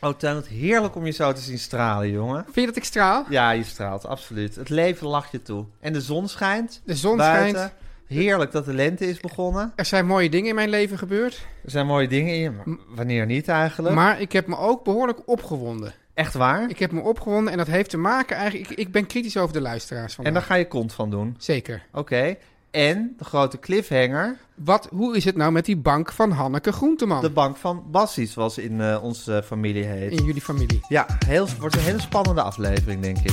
Oh, Tuin, wat heerlijk om je zo te zien stralen, jongen. Vind je dat ik straal? Ja, je straalt, absoluut. Het leven lacht je toe. En de zon schijnt. De zon schijnt. Heerlijk dat de lente is begonnen. Er zijn mooie dingen in mijn leven gebeurd. Er zijn mooie dingen in je, maar wanneer niet eigenlijk. Maar ik heb me ook behoorlijk opgewonden. Echt waar. Ik heb me opgewonden en dat heeft te maken eigenlijk... Ik, ik ben kritisch over de luisteraars En vandaag. daar ga je kont van doen. Zeker. Oké. En de grote cliffhanger, Wat, hoe is het nou met die bank van Hanneke Groenteman? de bank van Bassie, zoals in eh, onze familie heet. In jullie familie. Ja, heel, wordt een hele spannende aflevering, denk ik.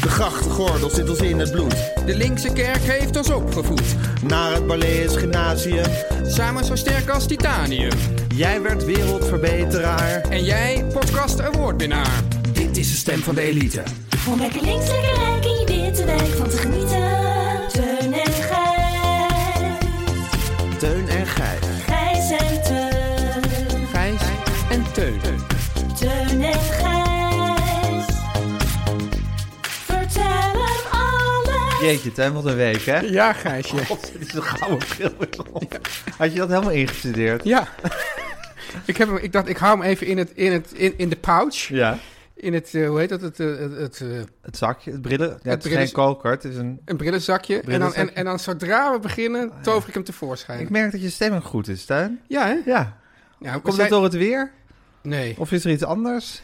De grachtgordel zit ons in het bloed. De linkse kerk heeft ons opgevoed. Naar het Balees Gymnasium. Samen zo sterk als titanium. Jij werd wereldverbeteraar. En jij, podcast awardwinnaar. Dit is de stem van de elite. Om lekker links, lekker rijk in je witte wijk van te genieten. Teun en Gijs. Teun en Gijs. Gijs en Teun. Gijs. En Teun. Teun en Gijs. Vertel hem alles. Jeetje, Tuin, wat een week, hè? Ja, Gijsje. God, dit is een gouden bril weer op. Had je dat helemaal ingestudeerd? Ja. ik, heb hem, ik dacht, ik hou hem even in, het, in, het, in, in de pouch. Ja. In het, eh, hoe heet dat? Het, eh, het, het, eh, Het zakje, het brillen. Ja, het, Het is brillen- geen koker, het is een... een brillenzakje. En, dan, Brillenzakje. Ah, en, en dan zodra we beginnen, tover ik hem Ik tevoorschijn. merk dat je stemming goed is, Tuin. Ja, hè? Ja. Ja, Komt zij- dat door het weer? Nee. Of is er iets anders?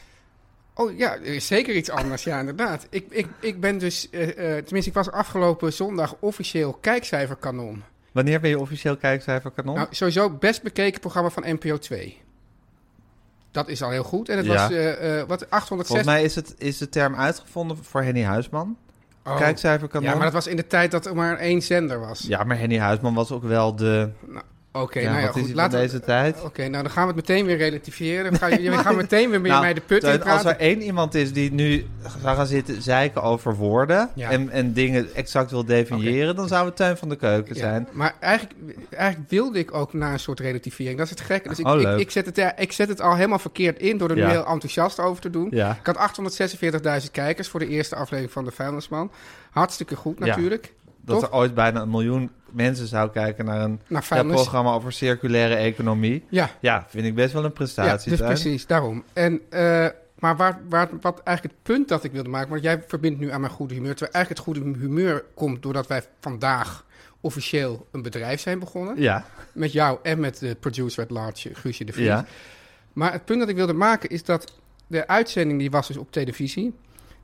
Oh ja, er is zeker iets anders, ja, inderdaad. Ik, ik, ik ben dus, eh, eh, tenminste, ik was afgelopen zondag officieel kijkcijferkanon. Wanneer ben je officieel kijkcijfer kanon? Nou, sowieso best bekeken programma van NPO 2. Dat is al heel goed. En het Ja. was, eh, eh, wat, 860... Volgens mij is, het, is de term uitgevonden voor Henny Huisman. Oh. Kijkcijfer kanon. Ja, maar dat was in de tijd dat er maar één zender was. Henny Huisman was ook wel de... Oké, ja, nou ja, wat is goed. hij Laten van we- deze tijd? Oké, nou dan gaan we het meteen weer relativeren. We gaan, jullie gaan meteen weer met mij de put Teun, in nou, als praten. er één iemand is die nu zou gaan zitten zeiken over woorden... Ja. En, en dingen exact wil definiëren... dan zou het Tuin van de Keuken Ja, zijn. Maar eigenlijk, eigenlijk wilde ik ook naar een soort relativering. Dat is het gekke. Dus ik, Oh, ik, leuk. ik, zet het, ja, ik zet het al helemaal verkeerd in door er Ja. nu heel enthousiast over te doen. Ja. Ik had 846.000 kijkers voor de eerste aflevering van De Vuilnisman. Hartstikke goed Ja. natuurlijk. Dat Toch? er ooit bijna een miljoen mensen zou kijken naar een Naar ja, vuilnis. programma over circulaire economie. Ja, Ja, vind ik best wel een ja prestatie. dus Tuin. precies, daarom. En, eh, maar waar, waar, wat eigenlijk het punt dat ik wilde maken... want jij verbindt nu aan mijn goede humeur... terwijl eigenlijk het goede humeur komt doordat wij vandaag officieel een bedrijf zijn begonnen. Ja, Met jou en met de producer at large, Guusje de Vries. ja. Maar het punt dat ik wilde maken is dat de uitzending die was dus op televisie.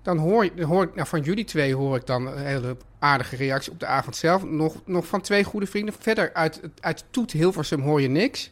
Dan hoor, je- dan hoor ik, nou van jullie twee hoor ik dan een hele aardige reactie op de avond zelf. Nog, nog van twee goede vrienden. Verder uit, uit Toet Hilversum hoor je niks.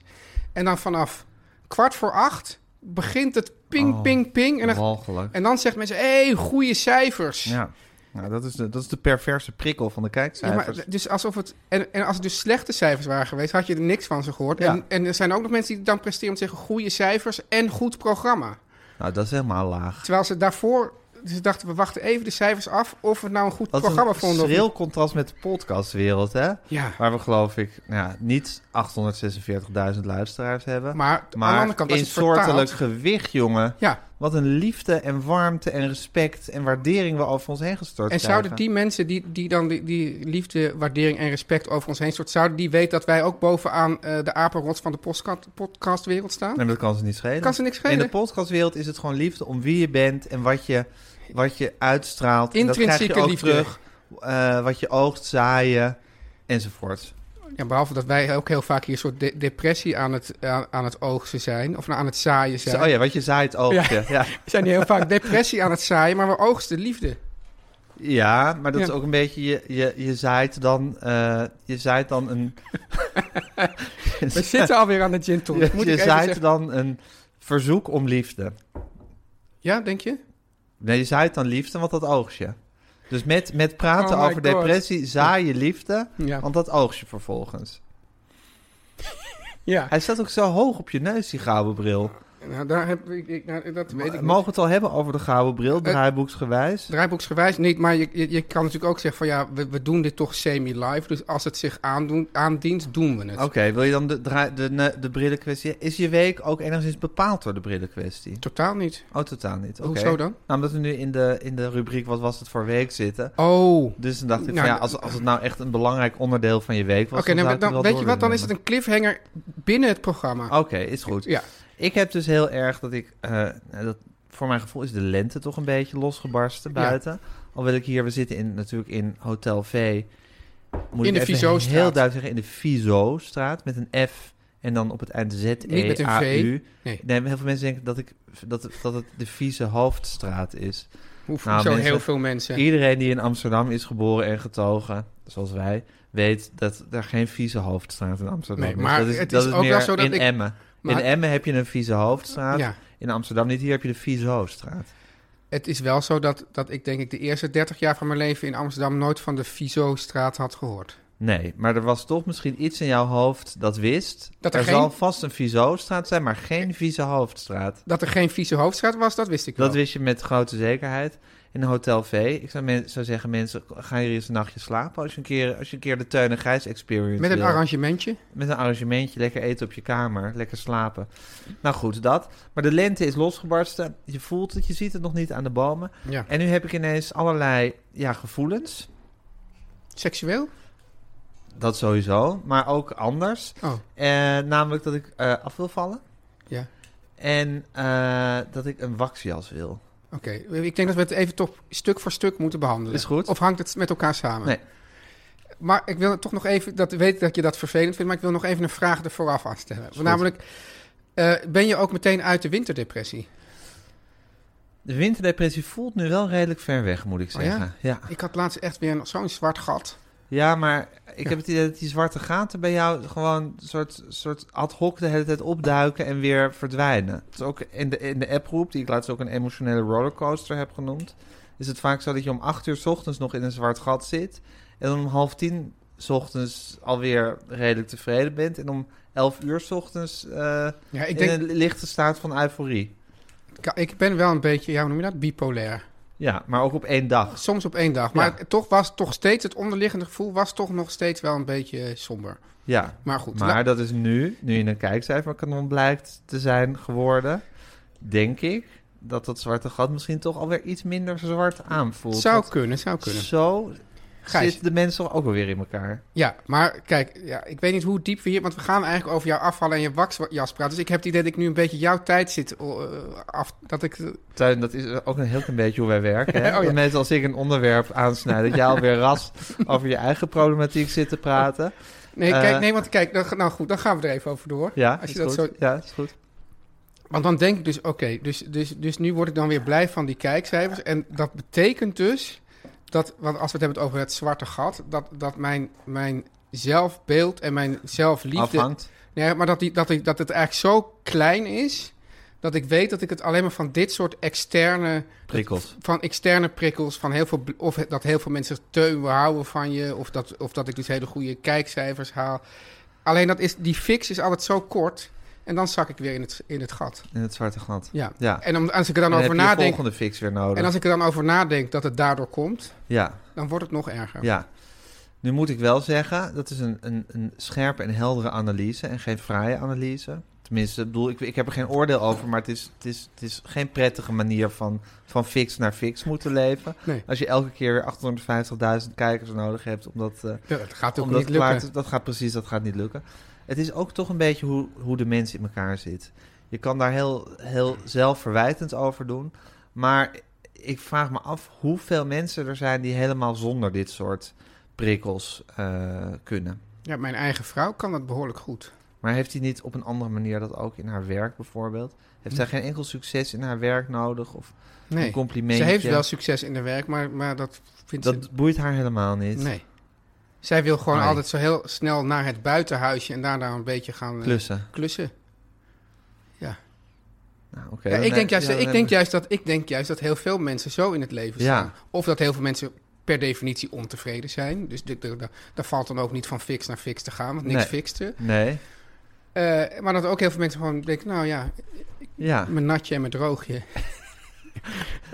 En dan vanaf kwart voor acht begint het ping, Oh, ping, ping. En dan, walgelijk. en dan zegt mensen, hé, hey, goede cijfers. Ja, nou, dat, is de, dat is de perverse prikkel van de Ja, kijkcijfers. maar dus alsof het, en, en als het dus slechte cijfers waren geweest, had je er niks van ze gehoord. Ja. En, en er zijn ook nog mensen die dan presteren om te zeggen goede cijfers en goed programma. Nou, dat is helemaal laag. Terwijl ze daarvoor ze dachten, we wachten even de cijfers af of we nou een goed Dat is programma een vonden. of niet. schril contrast met de podcastwereld, hè? Ja, Waar we geloof ik nou, ja, niet 846.000 luisteraars hebben. maar, aan de Maar andere kant was in het vertaald. soortelijk gewicht, jongen. Ja, Wat een liefde en warmte en respect en waardering we over ons heen gestort en krijgen. zouden die mensen die, die dan die, die liefde, waardering en respect over ons heen stort, zouden die weten dat wij ook bovenaan eh, de apenrots van de postka- podcastwereld staan? Nee, maar dat kan ze niet schelen. Kan ze niks In schelen? de podcastwereld is het gewoon liefde om wie je bent en wat je, wat je uitstraalt. En Intrinsieke dat krijg je ook liefde. terug. eh, wat je oogt, zaaien enzovoort. Ja, behalve dat wij ook heel vaak hier een soort de- depressie aan het, aan, aan het oogsten zijn. Of nou, aan het zaaien zijn. Oh ja, want je zaait al. Ja. Ja. Ja. We zijn hier heel vaak depressie aan het zaaien, maar we oogsten liefde. Ja, maar dat Ja. is ook een beetje, je, je, je zaait dan, eh, je zaait dan een... We zitten alweer aan de gin tonic. je Moet je ik even zaait zeggen. dan een verzoek om liefde. Ja, denk je? Nee, je zaait dan liefde, want dat oogst je. Dus met, met praten Oh my over God. depressie zaai je liefde, Ja. want dat oogst je vervolgens. ja. Hij staat ook zo hoog op je neus, die gouden bril. Eh, Nou, daar heb ik, ik- nou, dat weet ik Mogen niet. Eh, we het al hebben over de gouden bril, draaiboeksgewijs? Draaiboeksgewijs niet, maar je, je, je kan natuurlijk ook zeggen van ja, we, we doen dit toch semi-live. Dus als het zich aandoen, aandient, doen we het. Oké, wil je dan de, dra- de, ne- de brillenkwestie... Is je week ook enigszins bepaald door de brillenkwestie? Totaal niet. Oh, totaal niet. Oké. Hoezo dan? Nou, omdat we nu in de, in de rubriek wat was het voor week zitten. Oh. Dus dan dacht ik, Nou, van, ja, als, als het nou echt een belangrijk onderdeel van je week was... Oké, nou, zou maar ik het dan, wel Oh. weet door je wat? Dan willen is het nemen. een cliffhanger binnen het programma. Oké, is goed. Ja. Ik heb dus heel erg dat ik... eh, dat, voor mijn gevoel is de lente toch een beetje losgebarsten Ja. buiten. Al wil ik hier... We zitten in, natuurlijk in Hotel V. Moet ik In de even Vizostraat. Heel duidelijk zeggen, in de Vizo-straat. Met een F en dan op het eind z e Niet met een a V. u Nee. Nee, maar heel veel mensen denken dat, ik, dat, dat het de vieze hoofdstraat is. Hoef, Nou, zo mensen- heel veel mensen. Iedereen die in Amsterdam is geboren en getogen, zoals wij, weet dat er geen vieze hoofdstraat in Amsterdam Nee, is. maar dat is. het dat is ook wel meer zo dat in ik- Emmen. maar- in Emmen heb je een vieze hoofdstraat. Ja. In Amsterdam niet. Hier heb je de vieze hoofdstraat. Het is wel zo dat, dat ik denk ik de eerste 30 jaar van mijn leven in Amsterdam nooit van de Viso-straat had gehoord. Nee, maar er was toch misschien iets in jouw hoofd dat wist. Dat er er geen- zal vast een vieze hoofdstraat zijn, maar geen vieze hoofdstraat. Dat er geen Viso-hoofdstraat was, dat wist ik wel. Dat wist je met grote zekerheid. In Hotel V. Ik zou, men- zou zeggen, mensen, ga hier eens een nachtje slapen. Als je een keer, als je een, keer de Teun en Gijs experience Met een wil. arrangementje. Met een arrangementje, lekker eten op je kamer, lekker slapen. Nou goed, dat. Maar de lente is losgebarsten. Je voelt het, je ziet het nog niet aan de bomen. Ja. En nu heb ik ineens allerlei ja, gevoelens. Seksueel? Dat sowieso, maar ook anders. Oh, Eh, namelijk dat ik eh, af wil vallen. Ja. En eh, dat ik een waxjas wil. oké. Ik denk dat we het even toch stuk voor stuk moeten behandelen. Is goed. Of hangt het met elkaar samen? Nee. Maar ik wil toch nog even, dat weet ik dat je dat vervelend vindt, maar ik wil nog even een vraag er vooraf aan stellen. goed. Namelijk, eh, ben je ook meteen uit de winterdepressie? De winterdepressie voelt nu wel redelijk ver weg, moet ik Oh ja? zeggen. ja. Ik had laatst echt weer een- zo'n zwart gat. Ja, maar ik heb het idee dat die zwarte gaten bij jou gewoon een soort, soort ad hoc de hele tijd opduiken en weer verdwijnen. Het is ook in de, in de approep, die ik laatst ook een emotionele rollercoaster heb genoemd, is het vaak zo dat je om acht uur 's ochtends nog in een zwart gat zit en dan om half tien 's ochtends alweer redelijk tevreden bent en om elf uur 's ochtends eh, Ja, ik, in denk, een lichte staat van euforie. ik ben wel een beetje, ja, hoe noem je dat, bipolair. Ja, maar ook op één dag. Soms op één dag. Maar Ja. het- toch was toch steeds het onderliggende gevoel was toch nog steeds wel een beetje eh, somber. Ja, Maar goed. Maar dat is nu, nu in een kijkcijferkanon blijkt te zijn geworden, denk ik dat dat zwarte gat misschien toch alweer iets minder zwart aanvoelt. la- zou Want kunnen, zou kunnen. Zo Gijs. zitten de mensen ook alweer in elkaar. Ja, maar kijk, ja, ik weet niet hoe diep we hier... Want we gaan eigenlijk over jouw afvallen en je waxjas praten. Dus ik heb het idee dat ik nu een beetje jouw tijd zit eh, af... Dat ik... Tuin, dat is ook een heel klein beetje hoe wij werken. Hè? Oh ja. Dat Mensen als ik een onderwerp aansnijd, dat jij alweer ras over je eigen problematiek zit te praten. Nee, Eh. kijk, nee want kijk, dan, nou goed, dan gaan we er even over door. Ja, Als is je dat goed. zo- Ja, is goed. Want dan denk ik dus, oké, dus, dus, dus nu word ik dan weer blij van die kijkcijfers. En dat betekent dus dat, want als we het hebben over het zwarte gat, dat, dat mijn, mijn zelfbeeld en mijn zelfliefde. Afhangt. Nee, maar dat, die, dat, die, dat het eigenlijk zo klein is, dat ik weet dat ik het alleen maar van dit soort externe. Prikkels. Van externe prikkels, van heel veel, bl- of dat heel veel mensen teun, we houden van je, of dat, of dat ik dus hele goede kijkcijfers haal. Alleen dat is, die fix is altijd zo kort en dan zak ik weer in het, in het gat. In het zwarte gat. Ja. Ja. En om, als ik er dan, Dan heb over je de nadenk. volgende fix weer nodig. En als ik er dan over nadenk dat het daardoor komt, Ja. dan wordt het nog erger. Ja. Nu moet ik wel zeggen, dat is een, een, een scherpe en heldere analyse en geen fraaie analyse. Tenminste, ik bedoel, ik, ik heb er geen oordeel over, maar het is, het is, het is geen prettige manier van, van fix naar fix moeten leven. Nee. Als je elke keer weer 850.000 kijkers nodig hebt, omdat... eh, Ja, dat gaat ook omdat niet lukken. klaar te- dat gaat precies, dat gaat niet lukken. Het is ook toch een beetje hoe, hoe de mens in elkaar zit. Je kan daar heel, heel zelfverwijtend over doen. Maar ik vraag me af hoeveel mensen er zijn die helemaal zonder dit soort prikkels eh, kunnen. Ja, mijn eigen vrouw kan dat behoorlijk goed. Maar heeft hij niet op een andere manier dat ook in haar werk bijvoorbeeld? Heeft zij geen enkel succes in haar werk nodig? Of Hm. Nee. een complimentje? Ze heeft wel succes in haar werk, maar, maar dat vindt Dat boeit haar helemaal niet. ze... Nee. Zij wil gewoon Nee. altijd zo heel snel naar het buitenhuisje en daarna een beetje gaan eh, Klussen. klussen. Nou, oké, Ja, dan ik, heb- denk juist, ja, ik, dan denk heb- juist dat, ik denk juist dat heel veel mensen zo in het leven Ja. staan. Of dat heel veel mensen per definitie ontevreden zijn. Dus de- de- de- daar valt dan ook niet van fix naar fix te gaan, want niks Nee. fixte. Nee, Eh, maar dat ook heel veel mensen gewoon denken, nou ja, ja. mijn natje en mijn droogje.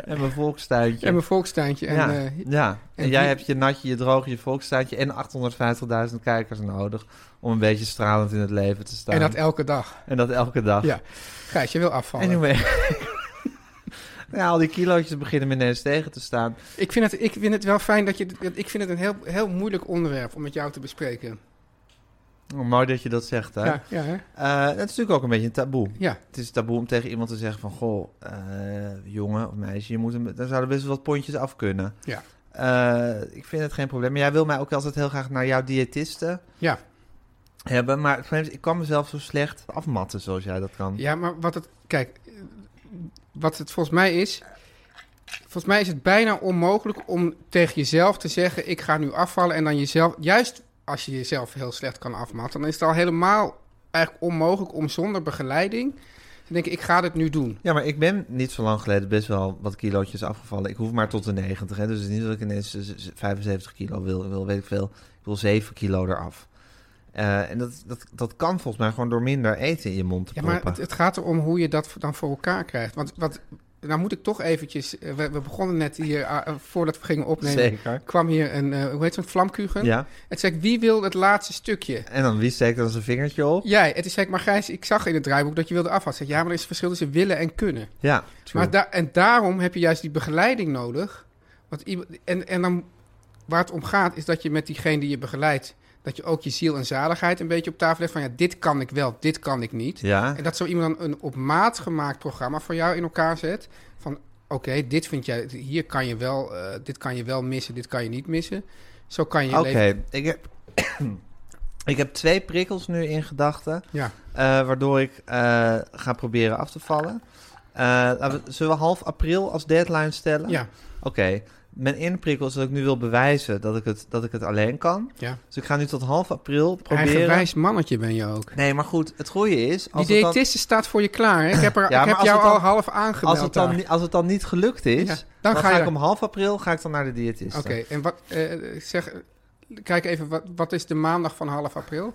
En mijn volkstuintje. En mijn volkstuintje. En, ja, eh, ja. En, en jij die- hebt je natje, je droogje, je volkstuintje en 850.000 kijkers nodig om een beetje stralend in het leven te staan. en dat elke dag. En dat elke dag. Ja. Gijs, je wil afvallen. Anyway. ja, al die kilootjes beginnen me ineens tegen te staan. Ik, vind het, ik vind het wel fijn dat je... dat- Ik vind het een heel, heel moeilijk onderwerp om met jou te bespreken. Oh, mooi dat je dat zegt, hè? Ja, ja, hè? Eh, dat is natuurlijk ook een beetje een taboe. ja. Het is taboe om tegen iemand te zeggen van... Goh, eh, jongen of meisje, je moet hem, daar zouden best wel wat pondjes af kunnen. Ja. Eh, ik vind het geen probleem. Maar jij wil mij ook altijd heel graag naar jouw diëtiste ja. hebben. Maar het probleem is, ik kan mezelf zo slecht afmatten zoals jij dat kan. Ja, maar wat het. Kijk, eh, wat het volgens mij is. Volgens mij is het bijna onmogelijk om tegen jezelf te zeggen: Ik ga nu afvallen. En dan jezelf. Juist als je jezelf heel slecht kan afmatten, dan is het al helemaal eigenlijk onmogelijk om zonder begeleiding. te denken: Ik ga dit nu doen. Ja, maar ik ben niet zo lang geleden best wel wat kilootjes afgevallen. Ik hoef maar tot de 90, hè. Dus het is niet dat ik ineens eh, z- z- 75 kilo wil. Ik wil, weet ik veel, ik wil 7 kilo eraf. Eh, en dat, dat, dat kan volgens mij gewoon door minder eten in je mond te Ja, proppen. maar het, het gaat erom hoe je dat dan voor elkaar krijgt. Want wat. Nou moet ik toch eventjes... eh, We, we begonnen net hier, ah, eh, voordat we gingen opnemen... Zeker. kwam hier een, eh, hoe heet zo'n, vlamkugen? Ja, Het zei, ik, wie wil het laatste stukje? en dan wie steekt dan zijn vingertje op? Jij, het is zeg maar Gijs, ik zag in het draaiboek dat je wilde afvallen. Ik Zeg, ja, maar er is een verschil tussen willen en kunnen. Ja, true. Maar da- en daarom heb je juist die begeleiding nodig. Want iemand, en, en dan, waar het om gaat, is dat je met diegene die je begeleidt, dat je ook je ziel en zaligheid een beetje op tafel legt. Van ja, dit kan ik wel, dit kan ik niet. ja, En dat zo iemand dan een op maat gemaakt programma voor jou in elkaar zet. Van oké, dit vind jij, hier kan je wel, eh, dit kan je wel missen, dit kan je niet missen. Zo kan je je oké. leven- Ik, heb, ik heb twee prikkels nu in gedachten, Ja, eh, waardoor ik eh, ga proberen af te vallen. Eh, laten we- zullen we half april als deadline stellen? ja, Oké. Mijn ene prikkel is dat ik nu wil bewijzen dat ik het, dat ik het alleen kan. ja. Dus ik ga nu tot half april proberen... Eigenwijs mannetje ben je ook. Nee, maar goed, het goede is... Die Als het dan- diëtiste staat voor je klaar. Hè? Ik heb, er, Ja, ik maar heb als jou het dan- al half aangemeld. als, het dan, daar. ni- als het dan niet gelukt is, Ja, dan, ga ga, je- ik om half april ga ik dan naar de diëtist. Oké, en wat, eh, eh, zeg, eh, kijk even, wat, wat is de maandag van half Oh. april?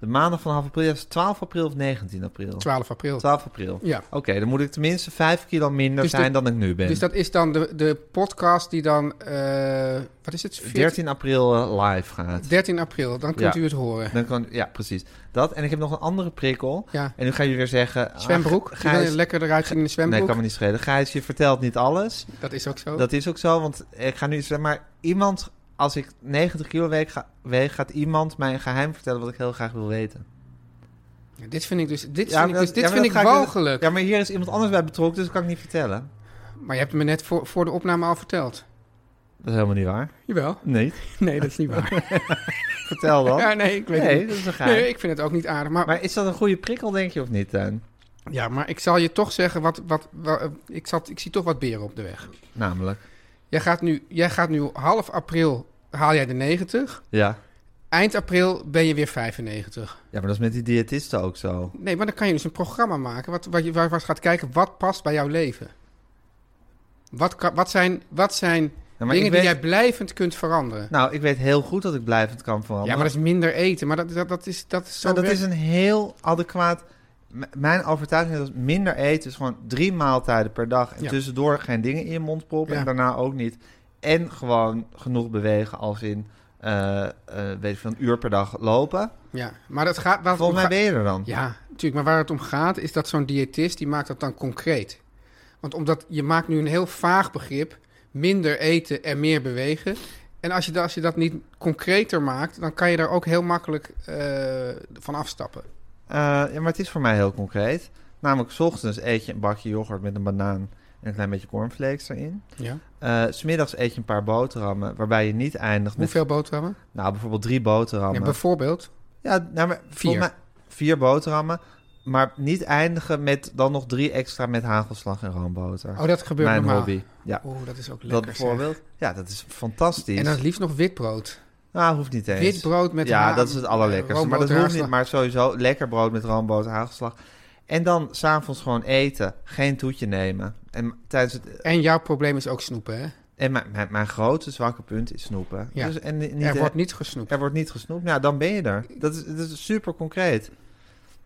De maandag van half april, ja, is het 12 april of 19 april? 12 april. 12 april. Oké, Ja, dan moet ik tenminste 5 kilo minder Dus de- zijn dan ik nu ben. dus dat is dan de, de podcast die dan, eh, wat is het? 14 13 april eh, live gaat. 13 april, dan kunt Ja. u het horen. Dan kan, ja, precies. Dat. En ik heb nog een andere prikkel. Ja, En nu ga je weer zeggen... ah, zwembroek. Gijs- Je wil lekker eruit zien in de Nee, zwembroek. kan me niet schelen. Gijs, je vertelt niet alles. Dat is ook zo. Dat is ook zo, want ik ga nu zeg maar... Iemand, als ik 90 kilo weeg, ga- weeg, gaat iemand mij een geheim vertellen wat ik heel graag wil weten. Ja, dit vind ik dus, dit Ja, vind ik, maar dus, dat- dit ja, maar vind ik dat ga ik- walgelijk. Ja, maar hier is iemand anders bij betrokken, dus dat kan ik niet vertellen. Maar je hebt het me net voor, voor de opname al verteld. Dat is helemaal niet waar. Jawel. Nee. Nee, dat is niet waar. Vertel dan. Ja, nee, ik weet het nee, niet. dat is een geheim. Nee, ik vind het ook niet aardig. Maar, Maar is dat een goede prikkel, denk je, of niet, Tuin? ja, maar ik zal je toch zeggen, wat, wat, wa- eh, ik, zat, ik zie toch wat beren op de weg. Namelijk. Jij gaat nu, jij gaat nu half april haal jij de 90. Ja. Eind april ben je weer 95. Ja, maar dat is met die diëtisten ook zo. Nee, maar dan kan je dus een programma maken wat, wat je, waar, waar je gaat kijken wat past bij jouw leven. Wat, kan- wat zijn, wat zijn Ja, maar dingen ik weet, die jij blijvend kunt veranderen? Nou, ik weet heel goed dat ik blijvend kan ja, veranderen. maar dat is minder eten. Maar dat, dat, dat is, dat is zo Maar dat werkt- is een heel adequaat... M- mijn overtuiging is dat minder eten is gewoon drie maaltijden per dag. En Ja. tussendoor geen dingen in je mond proppen Ja. en daarna ook niet. En gewoon genoeg bewegen als in, eh, eh, weet ik veel, een uur per dag lopen. Ja, maar dat gaat... waar het om Volgens mij gaat- ben je er dan. Ja, natuurlijk. Maar waar het om gaat is dat zo'n diëtist, die maakt dat dan concreet. Want omdat je maakt nu een heel vaag begrip, minder eten en meer bewegen. En als je, da- als je dat niet concreter maakt, dan kan je daar ook heel makkelijk eh, van afstappen. Eh, ja, maar het is voor mij heel concreet. Namelijk, 's ochtends eet je een bakje yoghurt met een banaan een klein beetje cornflakes erin. Ja. Eh, S Smiddags eet je een paar boterhammen, waarbij je niet eindigt met... Hoeveel boterhammen? Nou, bijvoorbeeld drie Ja, boterhammen. bijvoorbeeld. Ja, nou, maar Vier. vier. Mij, vier boterhammen. Maar niet eindigen met dan nog drie extra met hagelslag en roomboter. Oh, dat gebeurt Mijn normaal. hobby. Ja, Oeh, dat is ook lekker. dat zeg. bijvoorbeeld. Ja, dat is fantastisch. En dan het liefst nog witbrood. Nou, hoeft niet eens. Witbrood met Eh, ja, ha- dat is het allerlekkerste. Maar dat roomboter, hoeft niet. hagelslag. Maar sowieso lekker brood met roomboter, hagelslag. En dan s'avonds gewoon eten. Geen toetje nemen. En, tijdens het, En jouw probleem is ook snoepen, hè? en mijn, mijn, mijn grote zwakke punt is snoepen. Ja. Dus, en ni- niet, er hè- wordt niet gesnoept. er wordt niet gesnoept. Nou, dan ben je er. Dat is, dat is super concreet.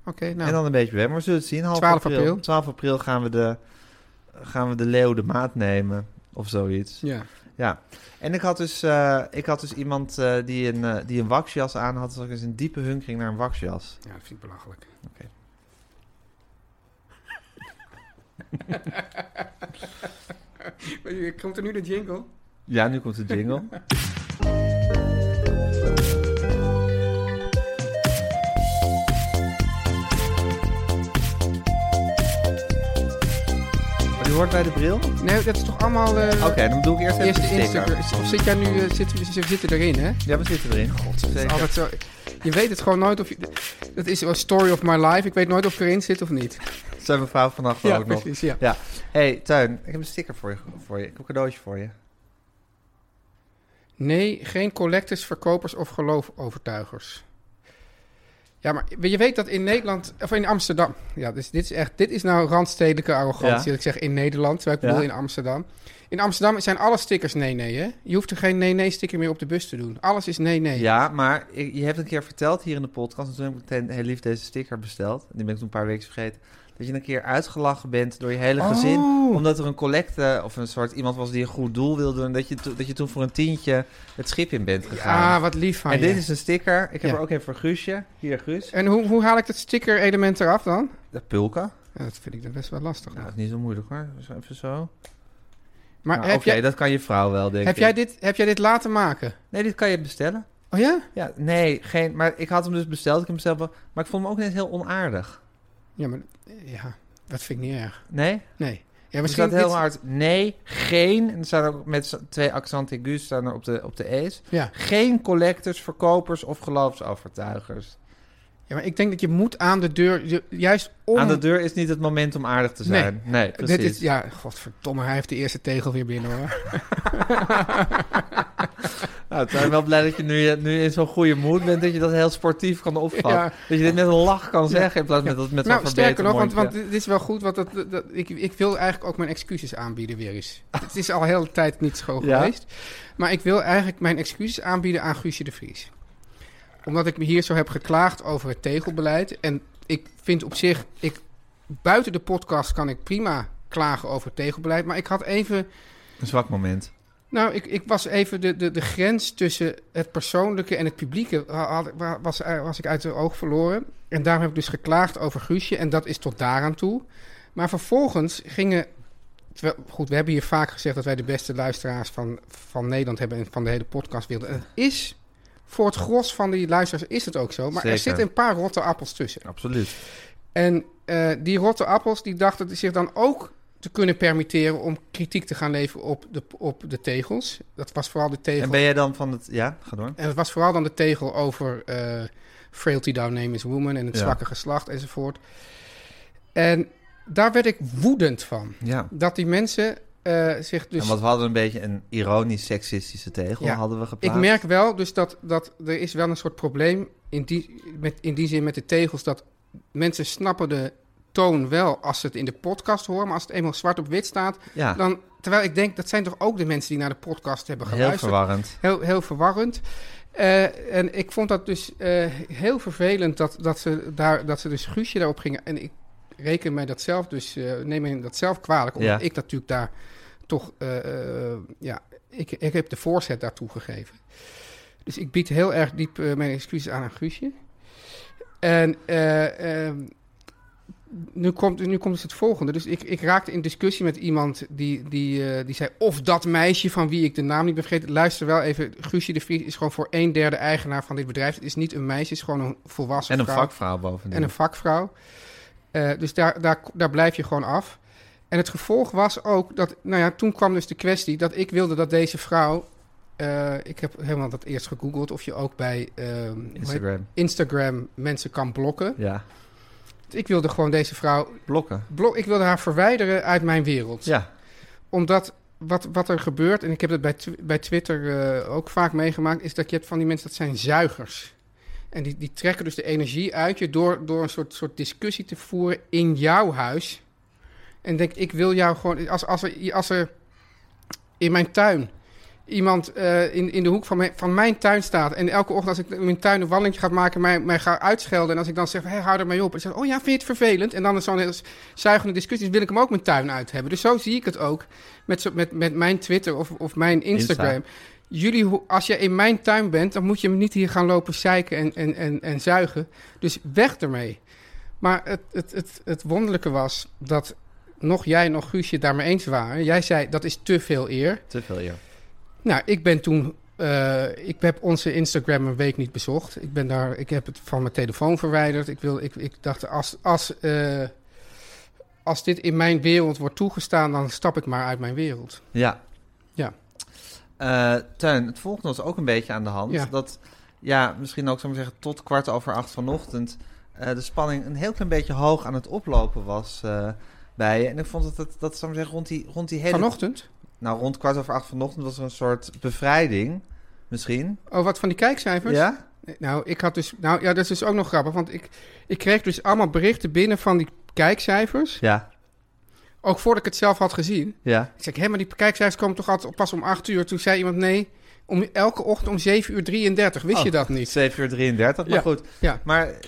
Oké, nou. En dan een beetje bewegen. Maar we zullen het zien. Half 12 april. april. 12 april gaan we, de, gaan we de leeuw de maat nemen. Of zoiets. Ja. Ja. En ik had dus, eh, ik had dus iemand eh, die, een, eh, die een waxjas aan had. Dus ik eens een diepe hunkering naar een waxjas. ja, dat vind ik belachelijk. Oké. Komt er nu de jingle? Ja, nu komt de jingle. Maar die hoort bij de bril? Oké, Nee, dat is toch allemaal... eh dan doe ik eerst even de Eerst de sticker. Instagram. Of zit jij nu... eh, zit, we we zitten erin, hè? Ja, we zitten erin. God, Het is altijd zo. Je weet het gewoon nooit of je. Dat is een story of my life. Ik weet nooit of ik erin zit of niet. Zijn we vrouw vannacht ook nog. precies. Ja. Ja. hey, Tuin, ik heb een sticker voor je, voor je. Ik heb een cadeautje voor je. Nee, geen collectors, verkopers of geloofovertuigers. Ja, maar je weet dat in Nederland, of in Amsterdam. Ja, dus dit is echt, dit is nou randstedelijke arrogantie. Ja. Dat ik zeg in Nederland, terwijl ik Ja. bedoel in Amsterdam. In Amsterdam zijn alle stickers nee-nee, hè? Je hoeft er geen nee-nee-sticker meer op de bus te doen. Alles is nee-nee. Ja, maar ik- je hebt een keer verteld hier in de podcast... en toen heb ik meteen heel lief deze sticker besteld. Die ben ik toen een paar weken vergeten. Dat je een keer uitgelachen bent door je hele gezin... Oh. omdat er een collecte of een soort iemand was die een goed doel wilde doen... dat je, to- dat je toen voor een tientje het schip in bent gegaan. Ah, wat lief van en je. dit is een sticker. Ik heb Ja. er ook een voor Guusje. Hier, Guus. En hoe, hoe haal ik dat sticker-element eraf dan? De pulka. Ja, dat vind ik dan best wel lastig. Nou, dat is niet zo moeilijk hoor. Zo Even zo. Maar Nou, heb, Oké, jij, dat kan je vrouw wel, denk heb, ik. jij dit, heb jij dit laten maken? Nee, dit kan je bestellen. Oh ja? Ja, nee, geen. Maar ik had hem dus besteld. Ik heb hem zelf wel- Maar ik vond hem ook net heel onaardig. Ja, maar ja, dat vind ik niet erg. Nee? Nee. Ja, Er misschien staat Dus heel dit- hard nee, geen. En er staan ook met z'n- twee accenten aiguës staan er op de, op de E's. Ja. Geen collectors, verkopers of geloofsovertuigers. ja, maar ik denk dat je moet aan de deur, ju- juist om... Aan de deur is niet het moment om aardig te zijn. Nee, precies. Dit is, ja, godverdomme, hij heeft de eerste tegel weer binnen hoor. Nou, ik ben wel blij dat je nu, nu in zo'n goede moed bent. Dat je dat heel sportief kan opvatten. Ja. Dat je dit met een lach kan zeggen. In plaats van dat het met zo'n nou, sterker nog, want, verbetermondje. want dit is wel goed, want dat, dat, dat- ik, ik wil eigenlijk ook mijn excuses aanbieden weer eens. Het is al heel de tijd niet schoon Ja. geweest. Maar ik wil eigenlijk mijn excuses aanbieden aan Guusje de Vries. Omdat ik me hier zo heb geklaagd over het tegelbeleid. En ik vind op zich, ik, buiten de podcast kan ik prima klagen over het tegelbeleid. Maar ik had even Een zwak moment. Nou, ik, ik was even de, de, de grens tussen het persoonlijke en het publieke ha- had- wa- was, eh, was ik uit de oog verloren. En daarom heb ik dus geklaagd over Guusje. En dat is tot daaraan toe. Maar vervolgens gingen. terwijl- goed, we hebben hier vaak gezegd dat wij de beste luisteraars van, van Nederland hebben en van de hele podcastwereld. En het is. Voor het gros van die luisteraars is het ook zo. Maar er Zeker. zitten een paar rotte appels tussen. Absoluut. En eh, die rotte appels die dachten zich dan ook te kunnen permitteren om kritiek te gaan leveren op de, op de tegels. Dat was vooral de tegel. En ben jij dan van het... Ja, ga door. En het was vooral dan de tegel over eh, frailty down name is woman en het Ja. zwakke geslacht enzovoort. En daar werd ik woedend van. Ja. Dat die mensen eh, zich dus. En want we hadden een beetje een ironisch seksistische tegel, Ja. hadden we Ik geplaatst. merk wel dus dat, dat er is wel een soort probleem in die, met, in die zin met de tegels. Dat mensen snappen de toon wel als ze het in de podcast horen. Maar als het eenmaal zwart op wit staat. ja, Dan, terwijl ik denk, dat zijn toch ook de mensen die naar de podcast hebben Ah. heel geluisterd. verwarrend. Heel, heel verwarrend. Eh, en ik vond dat dus eh, heel vervelend dat, dat, ze daar, dat ze dus Guusje daarop gingen. En ik reken mij dat zelf dus, eh, neem me dat zelf kwalijk. Omdat Ja. ik natuurlijk daar toch, eh, eh, ja, ik, ik heb de voorzet daartoe gegeven. Dus ik bied heel erg diep eh, mijn excuses aan aan Guusje. En eh, ehm, nu, komt, nu komt dus het volgende. Dus ik, ik raakte in discussie met iemand die, die, eh, die zei... of dat meisje van wie ik de naam niet ben vergeten... luister wel even, Guusje de Vries is gewoon voor een derde eigenaar van dit bedrijf. Het is niet een meisje, het is gewoon een volwassen En een vrouw. Mm. vakvrouw bovendien. En een vakvrouw. Eh, dus daar, daar, daar blijf je gewoon af. En het gevolg was ook dat, nou ja, toen kwam dus de kwestie dat ik wilde dat deze vrouw. eh, ik heb helemaal dat eerst gegoogeld of je ook bij ehm, hoe heet- Instagram. Instagram mensen kan blokken. Ja. Ik wilde gewoon deze vrouw. Blokken. Blok, ik wilde haar verwijderen uit mijn wereld. Ja. Omdat wat, wat er gebeurt, en ik heb dat bij, tw- bij Twitter eh, ook vaak meegemaakt, is dat je hebt van die mensen, dat zijn zuigers. En die, die trekken dus de energie uit je door, door een soort, soort discussie te voeren in jouw huis. En denk, ik wil jou gewoon, als, als, er, als er in mijn tuin iemand eh, in, in de hoek van mijn, van mijn tuin staat... en elke ochtend als ik in mijn tuin een wandelingje ga maken... mij, mij ga uitschelden en als ik dan zeg, hey, hou er mee op... en zeg, oh ja, vind je het vervelend? En dan is zo'n hele zuigende discussie... wil ik hem ook mijn tuin uit hebben. Dus zo zie ik het ook met, zo- met, met mijn Twitter of, of mijn Instagram... Jullie, ho- als je in mijn tuin bent, dan moet je hem niet hier gaan lopen zeiken en, en, en, en zuigen. Dus weg ermee. Maar het, het, het, het wonderlijke was dat nog jij, nog Guusje daarmee eens waren. Jij zei, dat is te veel eer. Te veel, ja. Nou, ik ben toen. eh, ik heb onze Instagram een week niet bezocht. Ik, ben daar, ik heb het van mijn telefoon verwijderd. Ik, wil, ik, ik dacht, als, als, eh, als dit in mijn wereld wordt toegestaan, dan stap ik maar uit mijn wereld. Ja. Ja. Eh, Teun, het volgende was ook een beetje aan de hand. Ja. Dat, ja, misschien ook, zou ik maar zeggen, tot kwart over acht vanochtend... eh, de spanning een heel klein beetje hoog aan het oplopen was eh, bij je. En ik vond dat, dat, dat zou ik maar zeggen, rond die, rond die hele... Vanochtend? Nou, rond kwart over acht vanochtend was er een soort bevrijding, misschien. Oh, wat van die kijkcijfers? Ja? Nee, Nou, ik had dus. Nou ja, dat is dus ook nog grappig. Want ik, ik kreeg dus allemaal berichten binnen van die kijkcijfers. Ja, Ook voordat ik het zelf had gezien. ja. Ik zeg, hé, maar die kijkcijfers komen toch altijd pas om 8 uur? Toen zei iemand, nee, om, elke ochtend om 7 uur 33. Wist Oh, je dat niet? 7 uur 33, maar Ja. goed. Ja. Maar eh,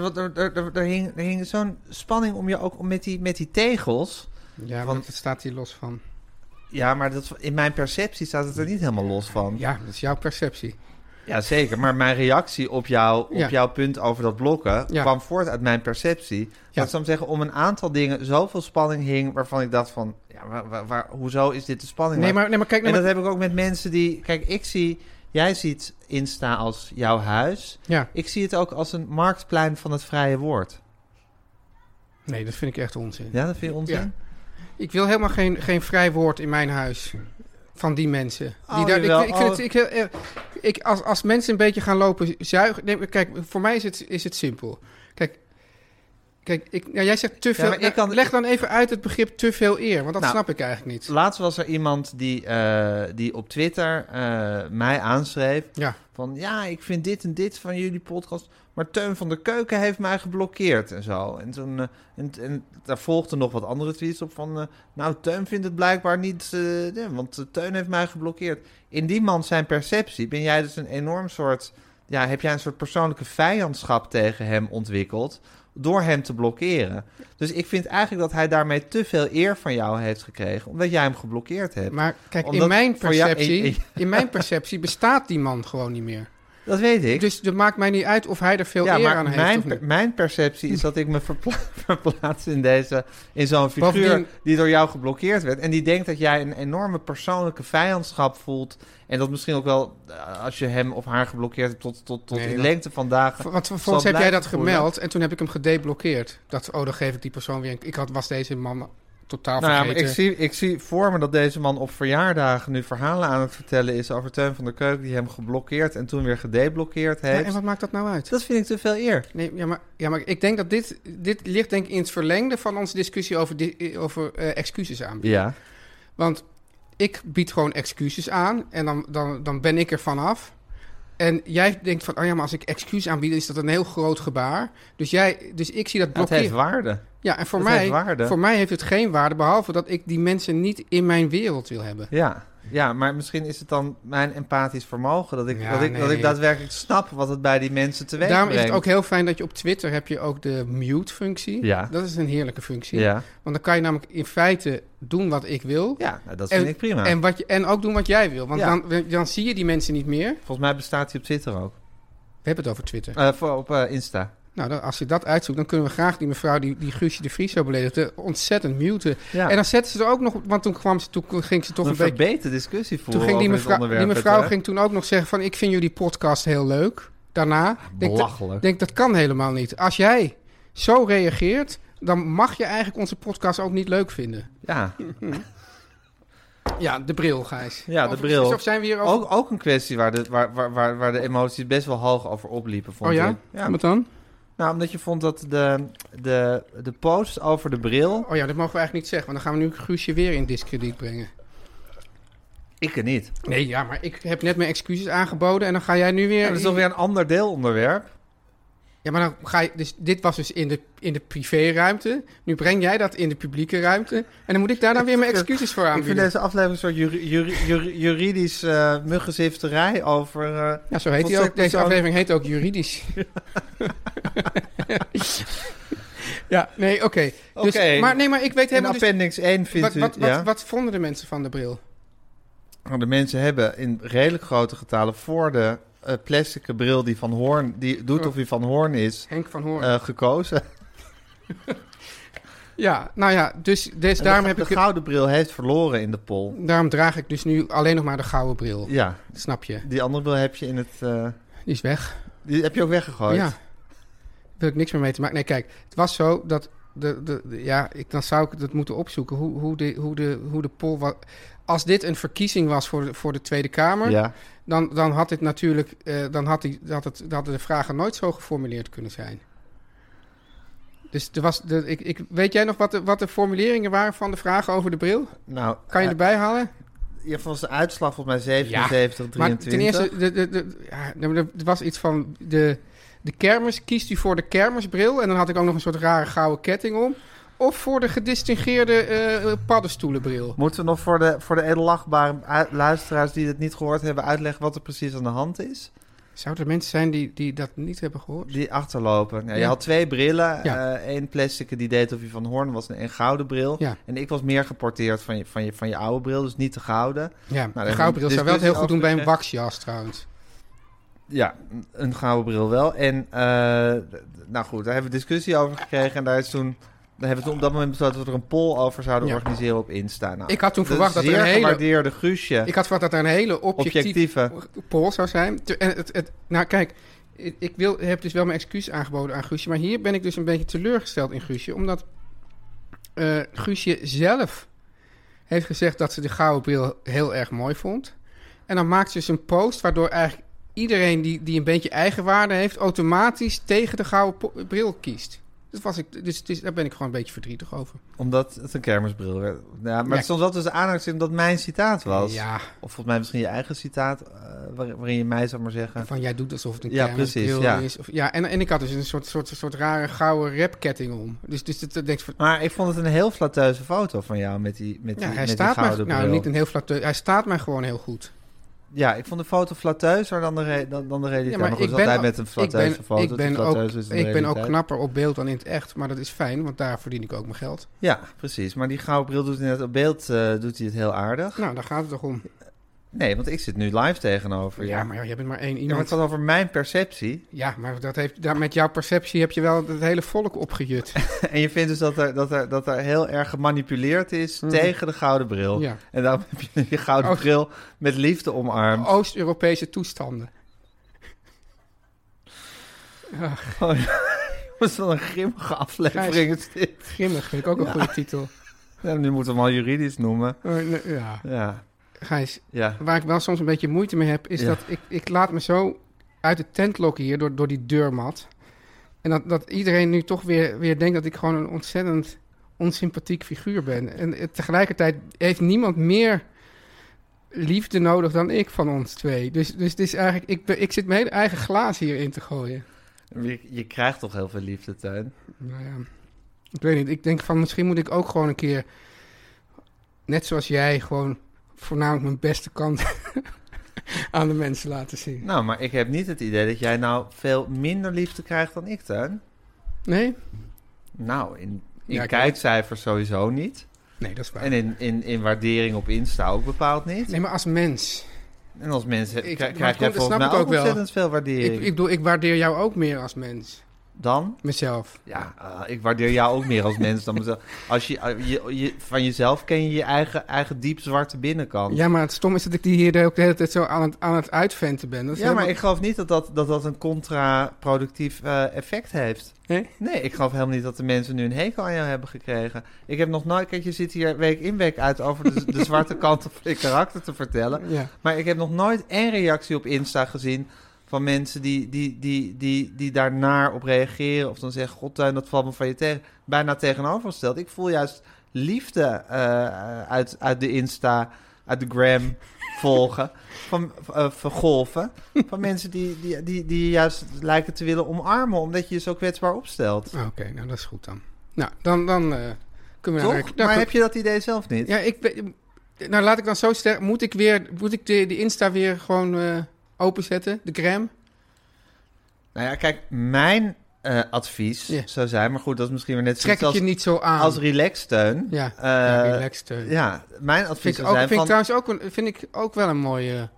wat- er, er, er, er hing, er hing zo'n spanning om je ook om met die, met die tegels. Ja, Want- want het staat hier los van. Ja, maar dat, in mijn perceptie staat het er niet helemaal los van. Ja, dat is jouw perceptie. Ja, zeker. Maar mijn reactie op, jou, op Ja. jouw punt over dat blokken Ja. kwam voort uit mijn perceptie. Dat zou ik zeggen, om een aantal dingen zoveel spanning hing... waarvan ik dacht van, ja, waar, waar- waar- hoezo is dit de spanning? Nee, maar, nee, maar kijk, En nee, dat maar- heb ik ook met mensen die... Kijk, ik zie... Jij ziet Insta als jouw huis. ja, Ik zie het ook als een marktplein van het vrije woord. nee, dat vind ik echt onzin. Ja, dat vind je onzin? Ja. Ik wil helemaal geen, geen vrij woord in mijn huis van die mensen. Oh, die daar, ik, jawel. ik vind het- Oh. ik, eh, ik, als, als mensen een beetje gaan lopen zuigen... Nee, maar kijk, voor mij is het, is het simpel. Kijk, kijk ik, nou, jij zegt te veel... maar ik nou, kan- leg dan even uit het begrip te veel eer, want dat Nou, snap ik eigenlijk niet. Laatst was er iemand die, eh, die op Twitter eh, mij aanschreef. Ja. Van ja, ik vind dit en dit van jullie podcast. Maar Teun van der Keuken heeft mij geblokkeerd en zo. En, toen, eh, en, en daar volgden nog wat andere tweets op van... eh, nou, Teun vindt het blijkbaar niet... eh, ja, want eh, Teun heeft mij geblokkeerd. In die man zijn perceptie ben jij dus een enorm soort... Ja, heb jij een soort persoonlijke vijandschap tegen hem ontwikkeld... door hem te blokkeren. Dus ik vind eigenlijk dat hij daarmee te veel eer van jou heeft gekregen... omdat jij hem geblokkeerd hebt. Maar kijk, Eh, Omdat in mijn, voor jou- perceptie, ik- in mijn perceptie bestaat die man gewoon niet meer. Dat weet ik. Dus het maakt mij niet uit of hij er veel ja, eer maar aan heeft mijn, of niet. per- mijn perceptie is dat ik me verpla- verplaats in, deze- in zo'n figuur Bovendien- die door jou geblokkeerd werd. En die denkt dat jij een enorme persoonlijke vijandschap voelt. En dat misschien ook wel, eh, als je hem of haar geblokkeerd hebt, tot, tot, tot Nee, in dat- lengte van dagen. V- Want vervolgens heb jij blijven dat voelen. gemeld en toen heb ik hem gedeblokkeerd. Dat, oh, dan geef ik die persoon weer... een- Ik had, was deze man totaal Nou ja, maar vergeten. ik zie, ik zie voor me dat deze man op verjaardagen nu verhalen aan het vertellen is over Teun van der Keuken, die hem geblokkeerd en toen weer gedeblokkeerd Ja, heeft. en wat maakt dat nou uit? Dat vind ik te veel eer. Nee, ja, maar, ja, maar ik denk dat dit, dit ligt denk ik in het verlengde van onze discussie over, di- eh, over eh, excuses aanbieden. Ja, Want ik bied gewoon excuses aan en dan, dan, dan ben ik er vanaf. En jij denkt van, oh ja, maar als ik excuus aanbied, is dat een heel groot gebaar. Dus, jij, dus ik zie dat dat blokkeren. heeft waarde. ja, en voor dat heeft mij, waarde. voor mij heeft het geen waarde, behalve dat ik die mensen niet in mijn wereld wil hebben. Ja, ja, maar misschien is het dan mijn empathisch vermogen dat ik, Ja, dat ik, dat nee. ik daadwerkelijk snap wat het bij die mensen teweeg Daarom is brengt. het ook heel fijn dat je op Twitter heb je ook de mute-functie. Ja. Dat is een heerlijke functie. Ja, Want dan kan je namelijk in feite doen wat ik wil. ja nou, dat vind ik prima. En, wat je, en ook doen wat jij wil. Want Ja. dan, dan zie je die mensen niet meer. Volgens mij bestaat die op Twitter ook. We hebben het over Twitter. Eh, voor, op eh, Insta. Nou, dan, als je dat uitzoekt, dan kunnen we graag die mevrouw die, die Guusje de Vries zo beledigde ontzettend muten. Ja. En dan zetten ze er ook nog, want toen kwam ze, toen ging ze toch een, een beetje... verbeterde discussie voeren Toen ging die over dit mevrouw, die onderwerp, mevrouw hè? ging toen ook nog zeggen van, ik vind jullie podcast heel leuk. Daarna. Denk, dat- Belachelijk. denk, dat kan helemaal niet. Als jij zo reageert dan mag je eigenlijk onze podcast ook niet leuk vinden. Ja, Ja, de bril, Gijs. ja de Over- bril. Oh, Of zijn we hier over... Ook, ook een kwestie waar de, waar, waar, waar, waar de emoties best wel hoog over opliepen, vond oh ja? ik. Ja. Wat dan? Nou, omdat je vond dat de, de, de post over de bril... Oh ja, dat mogen we eigenlijk niet zeggen, want dan gaan we nu Guusje weer in discrediet brengen. Ik er niet. Nee, ja, maar ik heb net mijn excuses aangeboden en dan ga jij nu weer... Ja, dat is toch weer een ander deelonderwerp. Ja, maar dan ga je... Dus dit was dus in de, in de privéruimte. Nu breng jij dat in de publieke ruimte. En dan moet ik daar dan weer mijn excuses voor Ik vind aanbieden. deze aflevering een soort juri- juri- juri- juridisch eh muggenzifterij over... eh, Ja, zo heet die volstrekt ook. Deze persoon- aflevering heet ook juridisch. ja, nee, oké. Dus, Oké. maar, nee, maar ik weet in helemaal dus... appendix 1 vindt Wat, u... wat, wat, ja? wat vonden de mensen van de bril? Nou, De mensen hebben in redelijk grote getalen voor de eh plastic bril die van Hoorn... die Oh. doet of die van Hoorn is, Henk van Hoorn. eh, gekozen. ja, nou ja, dus, dus daarom, de, heb de ik, het- gouden bril heeft verloren in de poll. daarom draag ik dus nu alleen nog maar de gouden bril. Ja, Snap je? die andere bril heb je in het... eh, Die is weg. die heb je ook weggegooid. Ja. Wil ik niks meer mee te maken. Nee, kijk, het was zo dat. De, de, de- ja, ik, dan zou ik dat moeten opzoeken. Hoe, hoe, de, hoe, de, hoe de poll was. Als dit een verkiezing was voor de, voor de Tweede Kamer. Ja. Dan, dan had dit natuurlijk. eh, dan had die, dat het, dat de vragen nooit zo geformuleerd kunnen zijn. Dus er was. De, ik, ik, weet jij nog wat de, wat de formuleringen waren van de vragen over de bril? Nou, Kan je eh, erbij halen? Ja, volgens de uitslag volgens mij 77, Maar 23. ten eerste, de, de, de, ja, nee, maar er was iets van de, de kermis. Kiest u voor de kermisbril? En dan had ik ook nog een soort rare gouden ketting om. Of voor de gedistingeerde eh, paddenstoelenbril. Moeten we nog voor de, voor de edellachbare u- luisteraars die het niet gehoord hebben uitleggen wat er precies aan de hand is? Zouden er mensen zijn die, die dat niet hebben gehoord? Die achterlopen. Ja, Je Ja. had twee brillen. Ja. eh, één plastic die deed of je van Hoorn was en één gouden bril. Ja. En ik was meer geporteerd van je, van, je, van je oude bril, dus niet de gouden. Ja, dan de hebben gouden we bril dus zou wel het heel dus goed doen bij een afge- waxjas trouwens. Ja, een gouden bril wel. En eh, nou goed, daar hebben we discussie over gekregen. En daar is toen. Daar hebben we toen op dat moment besloten dat we er een poll over zouden Ja. organiseren op Insta. Nou, Ik had toen de verwacht dat er zeer een hele- gewaardeerde Guusje. Ik had verwacht dat er een hele objectieve objectieve. poll zou zijn. Te- En het, het, nou kijk, ik- ik wil, heb dus wel mijn excuus aangeboden aan Guusje. Maar hier ben ik dus een beetje teleurgesteld in Guusje. Omdat eh Guusje zelf heeft gezegd dat ze de gouden bril heel erg mooi vond. En dan maakt ze dus een post waardoor eigenlijk iedereen die, die een beetje eigenwaarde heeft... automatisch tegen de gouden po- bril kiest. Dat was ik, dus, het is- daar ben ik gewoon een beetje verdrietig over. Omdat het een kermisbril werd. Ja, maar Ja. het stond wel tussen aanhalingstekens dat mijn citaat was. Ja, Of volgens mij misschien je eigen citaat, eh, waar- waarin je mij zou maar zeggen... van jij doet alsof het een Ja, ja, precies, ja. is. Of, ja, en, en ik had dus een soort, soort, soort rare gouden rapketting om. Dus, dus dat, dat denk ik van... Maar ik vond het een heel flatteuze foto van jou met die, met die, Ja, hij met die staat, mij, gouden nou, bril. niet een heel flatteu, hij staat mij gewoon heel goed. Ja, ik vond de foto flatteuzer dan de, re- dan, dan de realiteit. Ja, maar goed, altijd met een ik flatteuze ben, foto. ik ben, de ook, flatteuze is dan de ik ben ook realiteit. knapper op beeld dan in het echt. Maar dat is fijn, want daar verdien ik ook mijn geld. Ja, precies. Maar die gouden bril doet inderdaad op beeld eh, doet hij het heel aardig. Nou, daar gaat het toch om. Nee, want ik zit nu live tegenover. Ja, je. maar ja, jij bent maar één Ja, maar het iemand. gaat over mijn perceptie. Ja, maar dat heeft, daar, met jouw perceptie heb je wel het hele volk opgejut. En je vindt dus dat er, dat er, dat er heel erg gemanipuleerd is tegen de gouden bril. Mhm. Ja. En daarom heb je die gouden Oh. bril met liefde omarmd. Oost-Europese toestanden. Ach, Oh, ja. Wat is wel een grimmige aflevering is dit. grimmig vind ik ook een goede titel. Ja, nu moeten we hem al juridisch noemen. Oh, nee, Ja. Ja, Gijs, ja. Waar ik wel soms een beetje moeite mee heb, is Ja. dat ik, ik laat me zo uit de tent lokken hier door, door die deurmat. En dat, dat iedereen nu toch weer, weer denkt dat ik gewoon een ontzettend onsympathiek figuur ben. En eh, tegelijkertijd heeft niemand meer liefde nodig dan ik van ons twee. Dus, dus het is eigenlijk, ik, ben- ik zit mijn hele eigen glaas hierin te gooien. Je, je krijgt toch heel veel liefde, Teun? Nou ja, ik weet niet. Ik denk van misschien moet ik ook gewoon een keer, net zoals jij, gewoon voornamelijk mijn beste kant aan de mensen laten zien. Nou, maar ik heb niet het idee dat jij nou veel minder liefde krijgt dan ik, Teun. Nee? Nou, in, in Ja, ik- kijkcijfers sowieso niet. Nee, dat is waar. En in, in, in waardering op Insta ook bepaald niet. nee, maar als mens. En als mensen Ik- krij- maar krijg kom, jij dat volgens snap mij ik ook ook wel. ontzettend veel Ik, waardering. ik bedoel, ik waardeer jou ook meer als mens. dan? mezelf. Ja, eh, ik waardeer jou ook meer als mens dan mezelf. Als je, eh, je, je- van jezelf ken je je eigen, eigen diep zwarte binnenkant. Ja, maar het stom is dat ik die hier ook de hele tijd zo aan het, aan het uitventen ben. Dat is Ja, maar ik helemaal- geloof niet dat dat, dat, dat een contraproductief eh, effect heeft. Nee? Nee, ik geloof helemaal niet dat de mensen nu een hekel aan jou hebben gekregen. Ik heb nog nooit... Kijk, je zit hier week in week uit over de, de zwarte kanten van je karakter te vertellen. Ja. Maar ik heb nog nooit één reactie op Insta gezien van mensen die, die, die, die, die daarnaar op reageren. Of dan zeggen, god Teun, dat valt me van je tegen. Bijna tegenovergesteld. Ik voel juist liefde eh, uit, uit de Insta, uit de gram volgen. Van, eh, van golven. Van mensen die, die, die, die je juist lijken te willen omarmen. Omdat je je zo kwetsbaar opstelt. Ah, Oké, nou dat is goed dan. Nou, dan, dan eh, kunnen we Toch? naar- nou, Maar goed. heb je dat idee zelf niet? Ja, ik ben- Nou, laat ik dan zo sterk. Moet ik weer. Moet ik de, de Insta weer gewoon eh, openzetten? De gram? Nou ja, kijk, mijn eh, advies Ja. zou zijn... Maar goed, dat is misschien weer net Trek zoiets het als je niet zo aan. Als relaxsteun. Ja, eh, ja, relaxed, eh. ja, mijn advies Vind ik, zou ook, zijn vind, ik van... trouwens ook een, vind ik ook wel een mooie,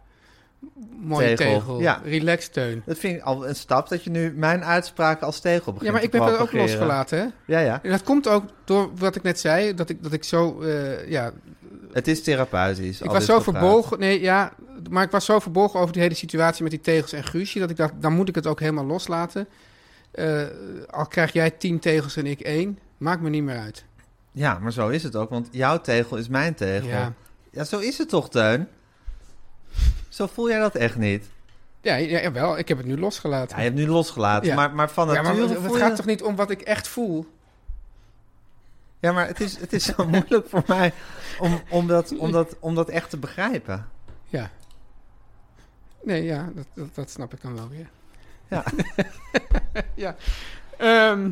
mooie Tegel, tegel. ja. Relax steun. Dat vind ik al een stap dat je nu mijn uitspraken als tegel begint Ja, maar te ik ben dat ook propageren. losgelaten. Hè? Ja, ja. En dat komt ook door wat ik net zei. Dat ik, dat ik zo. eh, ja, Het is therapeutisch. ik al was dit zo gepraat. verbolgen. Nee, ja. Maar ik was zo verbolgen over die hele situatie met die tegels en Guusje. Dat ik dacht, dan moet ik het ook helemaal loslaten. Eh, al krijg jij tien tegels en ik één. Maakt me niet meer uit. Ja, maar zo is het ook, want jouw tegel is mijn tegel. Ja, Ja. zo is het toch, Teun? Zo voel jij dat echt niet. Ja, ja, jawel. Ik heb het nu losgelaten. Ja, je hebt nu losgelaten, Ja. maar, maar van Ja, maar nature het, het voel je- gaat toch niet om wat ik echt voel? Ja, maar het is, het is zo moeilijk voor mij om, om, dat, om, dat, om dat echt te begrijpen. Ja. Nee, ja, dat, dat, dat snap ik dan wel weer. Ja. ja. Ehm,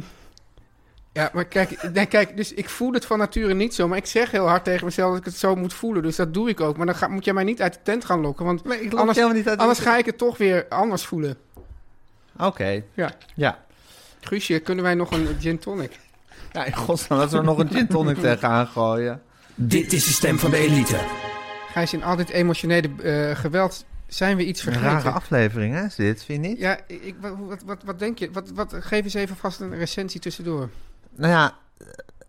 ja, maar kijk, nee, kijk, dus ik voel het van nature niet zo. Maar ik zeg heel hard tegen mezelf dat ik het zo moet voelen. Dus dat doe ik ook. Maar dan ga, moet jij mij niet uit de tent gaan lokken. Want Maar ik loop anders, helemaal niet uit de anders tent. ga ik het toch weer anders voelen. Oké, Ja. ja. Guusje, kunnen wij nog een gin tonic? Ja, in godsnaam, dat we er nog een gin tonic tegenaan gooien. Dit is de stem van de elite. Gijs, in al dit emotionele eh, geweld zijn we iets Een vergeten. rare aflevering, hè, is dit, vind je niet? Ja, ik, wat, wat- wat, wat denk je? Wat, wat, geef eens even vast een recensie tussendoor. Nou ja,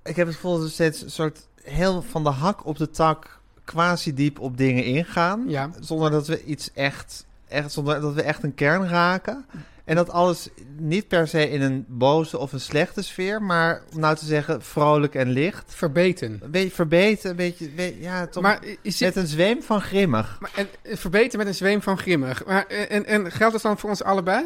ik heb het gevoel dat we steeds een soort heel van de hak op de tak quasi diep op dingen ingaan. Ja. Zonder dat we iets echt, echt, zonder dat we echt een kern raken. En dat alles niet per se in een boze of een slechte sfeer, maar om nou te zeggen vrolijk en licht. Verbeten. Een beetje verbeten, een beetje, we- ja, toch Maar is met het, een zweem van grimmig. maar, en, eh, verbeten met een zweem van grimmig. Maar, eh, en, en geldt dat dan voor ons allebei?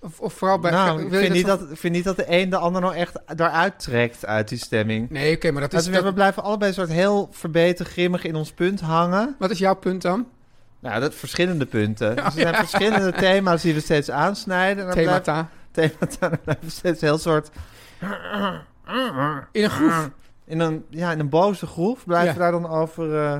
Of, of vooral bij... nou, wil ik je vind, niet van- dat, ik vind niet dat de een de ander nou echt daaruit trekt uit die stemming. Nee, oké, maar dat is... Dus we, dat- we blijven allebei een soort heel verbeten, grimmig in ons punt hangen. wat is jouw punt dan? Nou, dat verschillende punten. dus er zijn verschillende thema's die we steeds aansnijden. En dan blijft- Themata. themata, dan blijven we steeds heel soort... In een groef. In een, ja, in een boze groef blijven Ja. we daar dan over eh,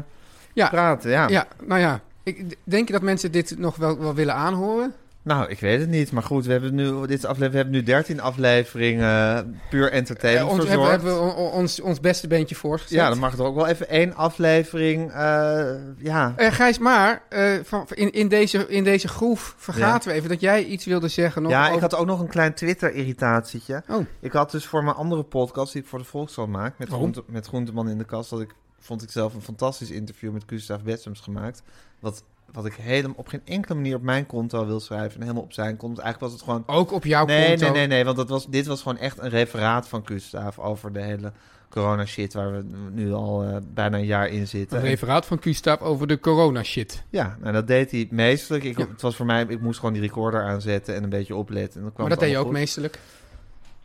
Ja. praten. Ja. Ja, nou ja. Ik, d- denk je dat mensen dit nog wel, wel willen aanhoren? Nou, ik weet het niet. Maar goed, we hebben nu, dit aflevering, we hebben nu 13 afleveringen puur Eh, entertainment ons, hebben, verzorgd. hebben we on- on- ons, ons beste beentje voorgezet? ja, dan mag er ook wel even één aflevering... eh, ja, Eh, Gijs, maar eh, van, in, in, deze, in deze groef vergaten we even dat jij iets wilde zeggen. Nog ja, over- ik had ook nog een klein Twitter-irritatietje. Oh. Ik had dus voor mijn andere podcast, die ik voor de Volkskrant maak, met, groente, met Groenteman in de kast, dat ik, vond ik zelf een fantastisch interview met Gustav Bessems gemaakt. Wat, wat ik helemaal op geen enkele manier op mijn konto wil schrijven en helemaal op zijn konto. Eigenlijk was het gewoon... Ook op jouw Nee, konto. nee, nee, nee, want dat was, dit was gewoon echt een referaat van Gustav over de hele corona-shit waar we nu al eh, bijna een jaar in zitten. Een En- referaat van Q-Stap over de corona-shit. Ja, nou, dat deed hij meestelijk. Ik, Ja. Het was voor mij, ik moest gewoon die recorder aanzetten en een beetje opletten. En dan kwam Maar dat het deed je ook allemaal goed. meestelijk.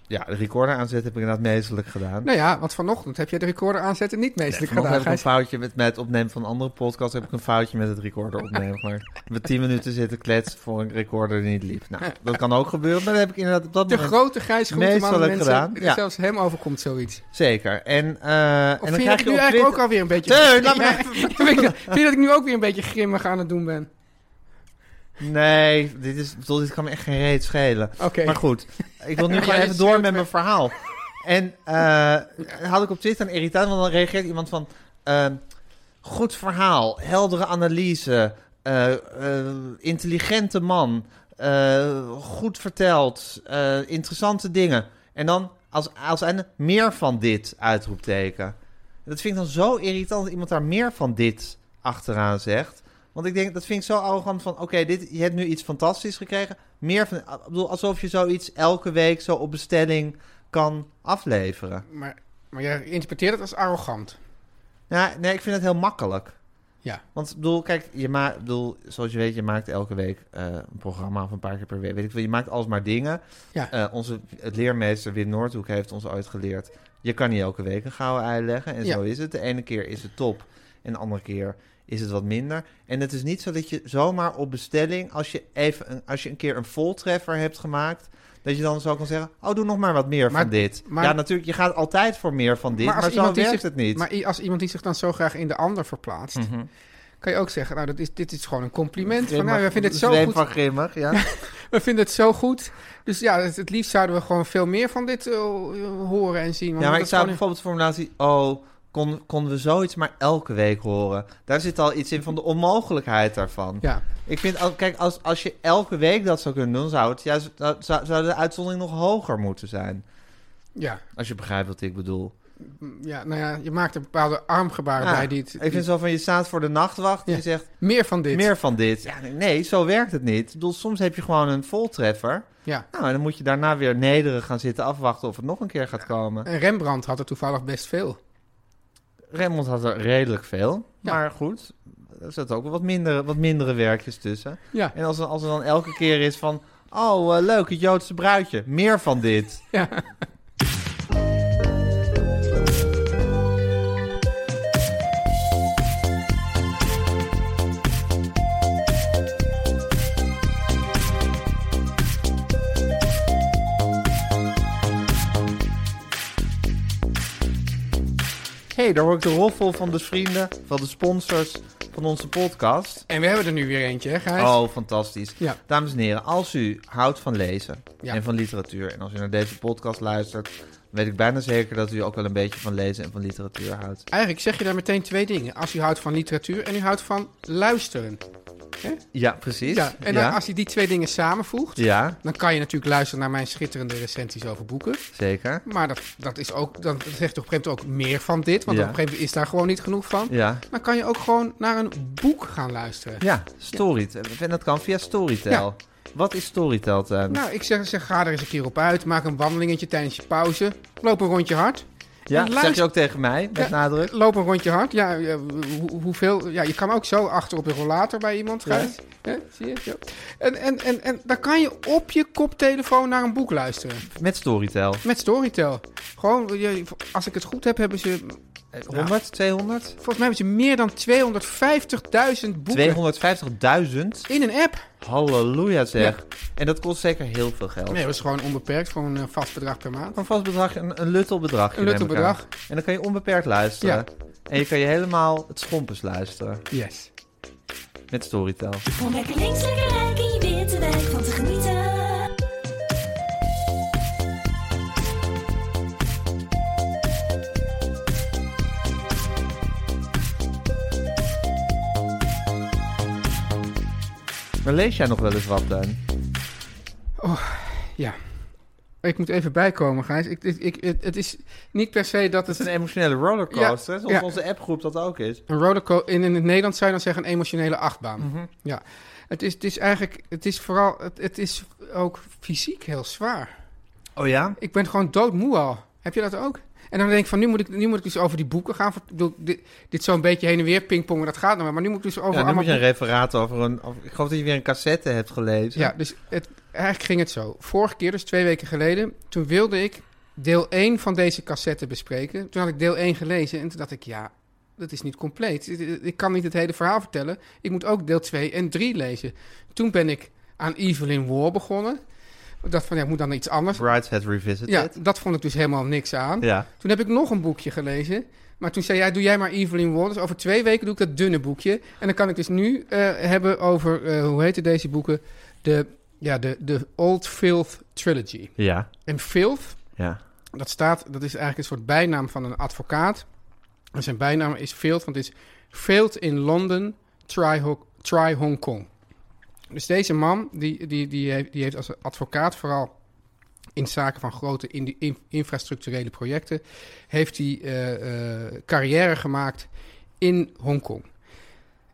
Ja, de recorder aanzetten heb ik inderdaad meestelijk gedaan. Nou ja, want vanochtend heb jij de recorder aanzetten niet meestelijk Vanochtend gedaan, heb ik een Gijs. foutje met, met het opnemen van een andere podcast. Heb ik een foutje met het recorder opnemen. Maar met 10 minuten zitten kletsen voor een recorder die niet liep. Nou, dat kan ook gebeuren. Maar dat heb ik inderdaad op dat De moment grote Gijs Groenteman Meestelijk mensen, gedaan, ja. zelfs hem overkomt zoiets. zeker. En, eh, en Of dan vind je dat krijg ik je nu op eigenlijk ook Twitter... alweer een beetje... Teun, laat me Ja, vind, je dat, vind je dat ik nu ook weer een beetje grimmig aan het doen ben? Nee, dit, is, bedoel, dit kan me echt geen reet schelen. Oké. Maar goed, ik wil nu Ja, gewoon je even door schreeuwt met mijn verhaal. En eh, had ik op Twitter een irritant, want dan reageert iemand van... eh, goed verhaal, heldere analyse, eh, eh, intelligente man, eh, goed verteld, eh, interessante dingen. En dan als, als einde meer van dit uitroepteken. Dat vind ik dan zo irritant dat iemand daar meer van dit achteraan zegt. Want ik denk, dat vind ik zo arrogant van... Oké, dit je hebt nu iets fantastisch gekregen. Meer van... Ik bedoel, alsof je zoiets elke week zo op bestelling kan afleveren. Maar, maar jij interpreteert het als arrogant. Ja, nee, ik vind het heel makkelijk. Ja. Want ik bedoel, kijk, je ma- ik bedoel, zoals je weet, je maakt elke week eh, een programma of een paar keer per week. Weet ik veel, je maakt alsmaar dingen. Ja. Eh, onze het leermeester Wim Noordhoek heeft ons ooit geleerd. Je kan niet elke week een gouden ei leggen. En Ja. zo is het. De ene keer is het top. En de andere keer is het wat minder. En het is niet zo dat je zomaar op bestelling, als je even een, als je een keer een voltreffer hebt gemaakt. Dat je dan zo kan zeggen, oh, doe nog maar wat meer Maar- van dit. maar- ja, natuurlijk, je gaat altijd voor meer van dit, maar, zo die werkt zich, het niet. Mhm. Maar i- als iemand die zich dan zo graag in de ander verplaatst, kan je ook zeggen, nou, dat is, dit is gewoon een compliment. Van, nou, we vinden het zo Zweem goed. van grimmig, ja. We vinden het zo goed. Dus ja, het, het liefst zouden we gewoon veel meer van dit eh, horen en zien. want Ja, maar ik dat zou is gewoon- bijvoorbeeld de formulatie... Oh, kon, konden we zoiets maar elke week horen? Daar zit al iets in van de onmogelijkheid daarvan. Ja, Ik vind, al- kijk, als, als je elke week dat zou kunnen doen... zou, het, juist, zou, zou zou de uitzondering nog hoger moeten zijn. ja, Als je begrijpt wat ik bedoel. ja, nou ja, je maakt een bepaalde armgebaren Ja, bij die, het- ik vind die- zo van, je staat voor de nachtwacht... en Ja. je zegt, meer van dit. meer van dit. Ja, nee, nee, zo werkt het niet. Ik bedoel, soms heb je gewoon een voltreffer... Ja. Nou, en dan moet je daarna weer nederig gaan zitten afwachten of het nog een keer gaat komen. En Rembrandt had er toevallig best veel. Remmond had er redelijk veel. Ja. Maar goed, er zaten ook wel wat mindere, wat mindere werkjes tussen. Ja, En als er, als er dan elke keer is van... Oh, eh, leuk, het Joodse bruidje. Meer van dit. ja. Hé, hey, daar hoor ik de roffel van de vrienden, van de sponsors van onze podcast. En we hebben er nu weer eentje, hè, Gijs? Oh, fantastisch. Ja. Dames en heren, als u houdt van lezen Ja. en van literatuur... en als u naar deze podcast luistert... weet ik bijna zeker dat u ook wel een beetje van lezen en van literatuur houdt. Eigenlijk zeg je daar meteen twee dingen. Als u houdt van literatuur en u houdt van luisteren. Ja, precies. Ja, en dan ja. als je die twee dingen samenvoegt, Ja, dan kan je natuurlijk luisteren naar mijn schitterende recensies over boeken. zeker. Maar dat, dat, is ook, dan dat zegt op een gegeven moment ook meer van dit, want Ja. op een gegeven moment is daar gewoon niet genoeg van. Ja. Dan kan je ook gewoon naar een boek gaan luisteren. Ja, Storytel. En dat kan via Storytel. Wat is Storytel, Tuin? Nou, ik zeg, zeg, ga er eens een keer op uit. Maak een wandelingetje tijdens je pauze. Loop een rondje hard. ja, en zeg je luister- ook tegen mij, met Ja. nadruk. Loop een rondje hard. Ja, eh, hoe- hoeveel, ja, je kan ook zo achter op de rollator bij iemand Ja. gaan. Hè, zie je? Zo. En, en, en, en dan kan je op je koptelefoon naar een boek luisteren. Met Storytel. Met Storytel. Gewoon, je- als ik het goed heb, hebben ze... Eh, nou. 100, 200? Volgens mij hebben ze meer dan 250.000 boeken 250.000? in een app. Halleluja zeg. En dat kost zeker heel veel geld. Nee, dat is gewoon onbeperkt. Gewoon een vast bedrag per maand. Een vast bedrag, een, een luttel bedrag. Een luttel bedrag. En dan kan je onbeperkt luisteren. En je kan je helemaal het schompens luisteren. Yes. Met Storytel. Om lekker links, lekker rijk in je witte wijk van te genieten. Maar lees jij nog wel eens wat, Tuin? Ja. Ik moet even bijkomen, Gijs. Ik, ik, ik, het, het is niet per se dat Dat het is een emotionele rollercoaster. Ja, Zoals ja. onze appgroep dat ook is. een rollercoaster... In, in het Nederlands zou je dan zeggen een emotionele achtbaan. Mhm. Ja. Het is, het is eigenlijk... Het is vooral... Het, het is ook fysiek heel zwaar. Oh ja? Ik ben gewoon doodmoe al. Heb je dat ook? En dan denk ik van, nu moet ik, nu moet ik dus over die boeken gaan. Ik bedoel, dit, dit zo'n beetje heen en weer pingpongen, dat gaat nog maar. Maar nu moet ik dus over Ja, nu allemaal moet je een referaat over een... over- ik geloof dat je weer een cassette hebt gelezen. Ja, dus het, eigenlijk ging het zo. Vorige keer, dus twee weken geleden, toen wilde ik deel 1 van deze cassette bespreken. Toen had ik deel 1 gelezen en toen dacht ik, ja, dat is niet compleet. Ik- Ik kan niet het hele verhaal vertellen. Ik moet ook deel 2 en 3 lezen. Toen ben ik aan Evelyn War begonnen. Ik dacht van, ja, ik moet dan iets anders. Brideshead Revisited. Ja, dat vond ik dus helemaal niks aan. Ja. Toen heb ik nog een boekje gelezen. Maar toen zei jij, doe jij maar Evelyn Waugh. Dus over twee weken doe ik dat dunne boekje. En dan kan ik dus nu eh, hebben over, eh, hoe heten deze boeken? De, ja, de, de Old Filth Trilogy. Ja. En filth, Ja. dat staat, dat is eigenlijk een soort bijnaam van een advocaat. En zijn bijnaam is filth, want het is filth in London, try, Ho- try Hong Kong. Dus deze man, die, die, die, heeft, die heeft als advocaat vooral in zaken van grote in- in- infrastructurele projecten, heeft hij eh, eh, carrière gemaakt in Hongkong.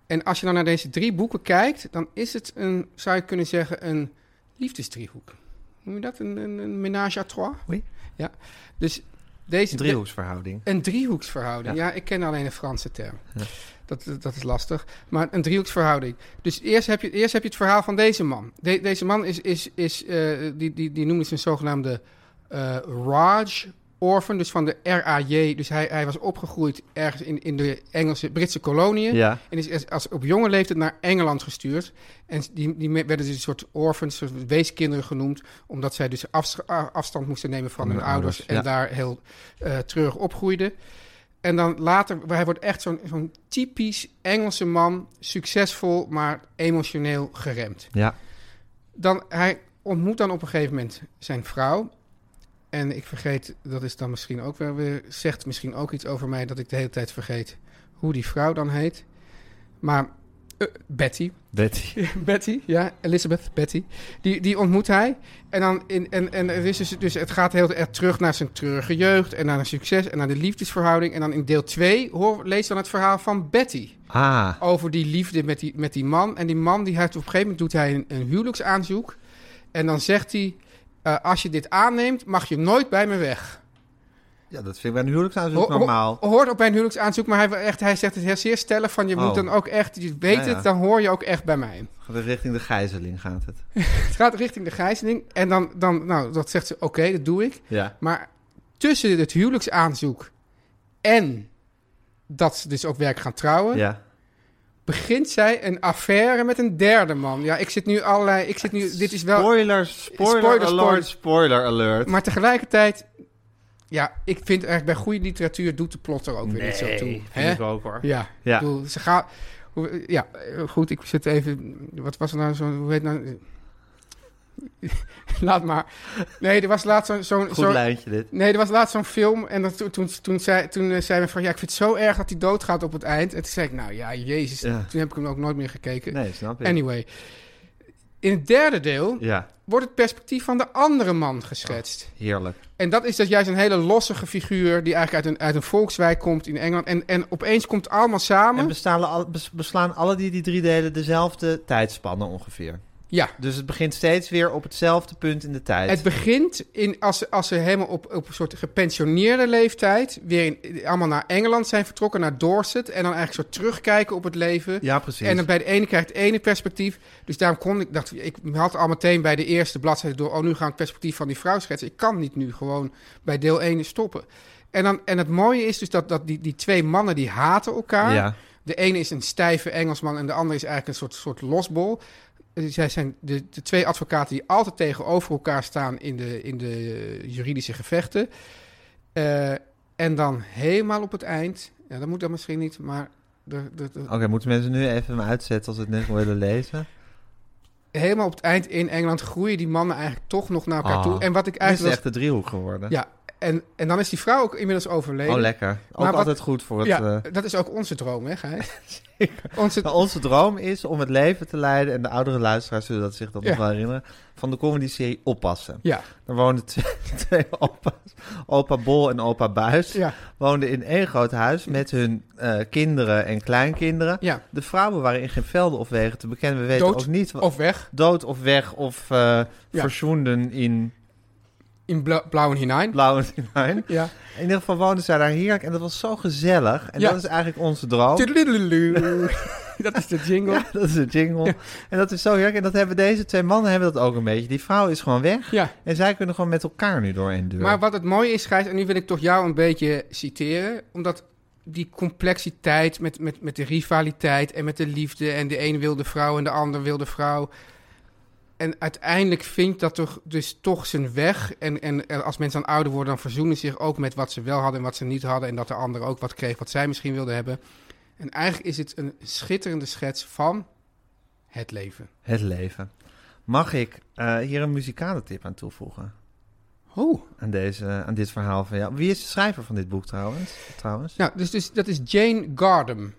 En als je dan naar deze drie boeken kijkt, dan is het een, zou je kunnen zeggen, een liefdesdriehoek. Noem je dat? Een, een, een ménage à trois? Oei. Ja. Dus deze Driehoeksverhouding. een driehoeksverhouding. Ja. ik ken alleen een Franse term. Dat, dat- dat is lastig. Maar een driehoeksverhouding. Dus eerst heb je, eerst heb je het verhaal van deze man. De- deze man is, is, is eh, die, die, die noemde zijn zogenaamde eh, Raj Orphan, dus van de RAJ. Dus hij, hij was opgegroeid ergens in, in de Engelse, Britse koloniën. Ja. En is als, als op jonge leeftijd naar Engeland gestuurd. En die, die werden dus een soort orphans, soort weeskinderen genoemd. Omdat zij dus afs- a- afstand moesten nemen van Van hun hun ouders. ouders, en ja. daar heel eh, treurig opgroeiden. En dan later, hij wordt echt zo'n zo'n typisch Engelse man. Succesvol, maar emotioneel geremd Ja. dan, hij ontmoet dan op een gegeven moment zijn vrouw. En ik vergeet, dat is dan misschien ook wel weer, zegt misschien ook iets over mij dat ik de hele tijd vergeet hoe die vrouw dan heet. Maar eh, Betty. Betty. Betty, ja, Elizabeth, Betty. Die, die ontmoet hij. En, dan in, en, en er is dus, dus het gaat heel erg terug naar zijn treurige jeugd en naar een succes en naar de liefdesverhouding. En dan in deel 2 hoor, lees dan het verhaal van Betty Ah. over die liefde met die, met die man. En die man die heeft op een gegeven moment doet hij een, een huwelijksaanzoek. En dan zegt hij: eh, Als je dit aanneemt, mag je nooit bij me weg. Ja, dat vind ik bij een huwelijksaanzoek Ho- ho- normaal. hoort op bij een huwelijksaanzoek, maar hij, wil echt, hij zegt het heel zeer stellig: van je moet Oh. dan ook echt, je weet Ja, ja. het, dan hoor je ook echt bij mij. Gaat het Richting de gijzeling gaat het. Het gaat richting de gijzeling. En dan, dan nou, dat zegt ze: Oké, dat doe ik. Ja. Maar tussen het huwelijksaanzoek en dat ze dus ook werk gaan trouwen. Ja. begint zij een affaire met een derde man. Ja, ik zit nu allerlei. Ik zit nu. Dit is wel. Spoiler, spoiler, Spoiler, alert, spoiler alert. Maar tegelijkertijd. Ja, ik vind eigenlijk bij goede literatuur doet de plot er ook weer niet zo toe. Hè? ook hoor. Ja, Ja. Ik bedoel, ze gaan. hoe- Ja, eh, goed, ik zit even. Wat was er nou zo'n. Hoe heet nou. Laat maar. Nee, er was laatst zo'n. zo'n Goed zo'n- lijntje dit. Nee, er was laatst zo'n film en dat, toen, toen, toen, zei, toen eh, zei men van... ja, ik vind het zo erg dat hij doodgaat op het eind. En toen zei ik, nou ja, jezus. Ja. Toen heb ik hem ook nooit meer gekeken. Nee, snap ik. Anyway. In het derde deel Ja, wordt het perspectief van de andere man geschetst. heerlijk. En dat is dat juist een hele lossige figuur... die eigenlijk uit een, uit een volkswijk komt in Engeland. En, en opeens komt het allemaal samen. En bestaan al, bes- beslaan alle die, die drie delen dezelfde tijdspanne ongeveer. ja. Dus het begint steeds weer op hetzelfde punt in de tijd. Het begint in, als, ze- als ze helemaal op, op een soort gepensioneerde leeftijd... weer in, allemaal naar Engeland zijn vertrokken, naar Dorset... en dan eigenlijk zo terugkijken op het leven... ja, precies. En dan bij de ene krijgt het ene perspectief. Dus daarom kon ik, dacht ik, ik had al meteen bij de eerste bladzijde door, oh nu gaan we het perspectief van die vrouw schetsen. Ik kan niet nu gewoon bij deel 1 stoppen. En, dan, en het mooie is dus dat, dat die, die twee mannen die haten elkaar. Ja. De ene is een stijve Engelsman en de andere is eigenlijk een soort, soort losbol. Eh, Zij zijn de, de twee advocaten die altijd tegenover elkaar staan in de, in de juridische gevechten. Eh, en dan helemaal op het eind, ja, dat moet dan misschien niet, maar de, de, de, Oké, moeten mensen nu even hem uitzetten als ze het net willen lezen? helemaal op het eind in Engeland groeien die mannen eigenlijk toch nog naar elkaar Ah. toe. En wat ik Het is eigenlijk. echt de driehoek geworden. was- ja, en, en dan is die vrouw ook inmiddels overleden. Oh, lekker. Ook Maar wat- altijd goed voor het... ja, eh, dat is ook onze droom, hè, Gijs? onze, nou, onze droom is om het leven te leiden, en de oudere luisteraars zullen dat zich dat Ja. nog wel herinneren, van de comedy-serie Oppassen. ja, Daar woonden twee, twee opa's, opa Bol en opa Buis, ja, woonden in één groot huis met hun eh, kinderen en kleinkinderen. ja. De vrouwen waren in geen velden of wegen te bekennen. We weten Dood ook niet wat... Of weg, Dood of weg of eh verzoenden in in bla- blauw en hinein. blauwe hinein. Ja. In ieder geval woonden zij daar heerlijk en dat was zo gezellig. En Ja. dat is eigenlijk onze droom. Tudelulu. dat is de jingle. Ja, dat is de jingle. En dat is zo heerlijk. En dat hebben deze twee mannen hebben dat ook een beetje. Die vrouw is gewoon weg. Ja. En zij kunnen gewoon met elkaar nu door één deur. Maar wat het mooie is, Gijs, en nu wil ik toch jou een beetje citeren, omdat die complexiteit met, met, met de rivaliteit en met de liefde en de een wilde vrouw en de ander wilde vrouw. En uiteindelijk vindt dat toch, dus toch zijn weg. En, en eh, als mensen dan ouder worden, dan verzoenen ze zich ook met wat ze wel hadden en wat ze niet hadden. En dat de ander ook wat kreeg wat zij misschien wilden hebben. En eigenlijk is het een schitterende schets van het leven. Het leven. Mag ik eh, hier een muzikale tip aan toevoegen? Oh. Aan, deze, aan dit verhaal van jou. Wie is de schrijver van dit boek trouwens? trouwens? Nou, dus, dus dat is Jane Gardam.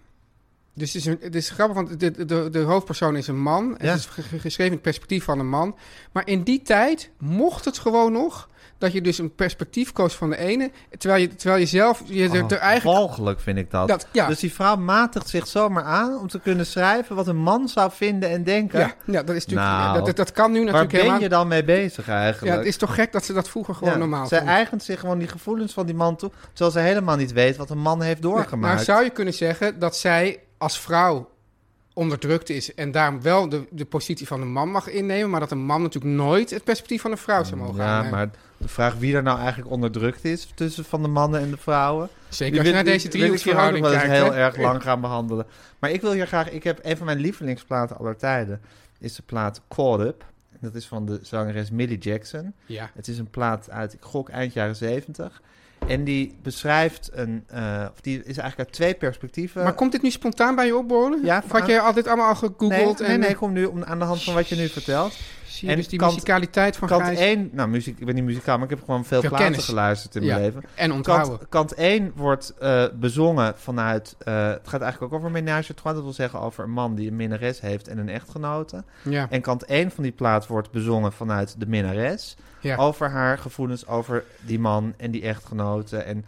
Dus het is, een- het is grappig, want de, de, de hoofdpersoon is een man. Ja. Het is ge- ge- geschreven in het perspectief van een man. Maar in die tijd mocht het gewoon nog dat je dus een perspectief koos van de ene, terwijl je, terwijl je zelf je er- er eigenlijk Walgelijk vind ik dat. Dat- ja. Oh, Dus die vrouw matigt zich zomaar aan om te kunnen schrijven wat een man zou vinden en denken. ja, ja, dat is natuurlijk Nou, dat, dat, dat kan nu Waar natuurlijk ben helemaal. je dan mee bezig ja, eigenlijk? het is toch gek dat ze dat vroeger gewoon Ja, normaal Zij eigent zich gewoon die gevoelens van die man toe, terwijl ze helemaal niet weet wat een man heeft Maar doorgemaakt. zou je kunnen zeggen dat zij als vrouw onderdrukt is en daarom wel de, de positie van een man mag innemen, maar dat een man natuurlijk nooit het perspectief van een vrouw zou mogen ja, aannemen. maar de vraag wie er nou eigenlijk onderdrukt is tussen van de mannen en de vrouwen. Zeker Die als je naar wil- deze die wil ik hier ook nog driehoeksverhouding wel eens kijkt. heel hè? erg lang gaan behandelen. Maar ik wil hier graag... Ik heb een van mijn lievelingsplaten aller tijden. Is de plaat Caught Up. Dat is van de zangeres Millie Jackson. Ja. Het is een plaat uit, ik gok, eind jaren zeventig. En die beschrijft een... eh, of die is eigenlijk uit twee perspectieven. Maar komt dit nu spontaan bij je opborrelen? Ja, nou- of had je altijd allemaal al gegoogeld? Nee, nee, en, nee, kom nu om, aan de hand van wat je nu vertelt. Zie je En dus die kant- musicaliteit van Kant Gijs 1... Nou, muziek, ik ben niet muzikaal, maar ik heb gewoon veel, Veel platen kennis. geluisterd in Ja. mijn leven. en onthouden. Kant, kant 1 wordt eh, bezongen vanuit... eh, het gaat eigenlijk ook over menage à trois. Dat wil zeggen over een man die een minnares heeft en een echtgenote. ja. En kant 1 van die plaat wordt bezongen vanuit de minnares. Ja. Over haar gevoelens over die man en die echtgenote. En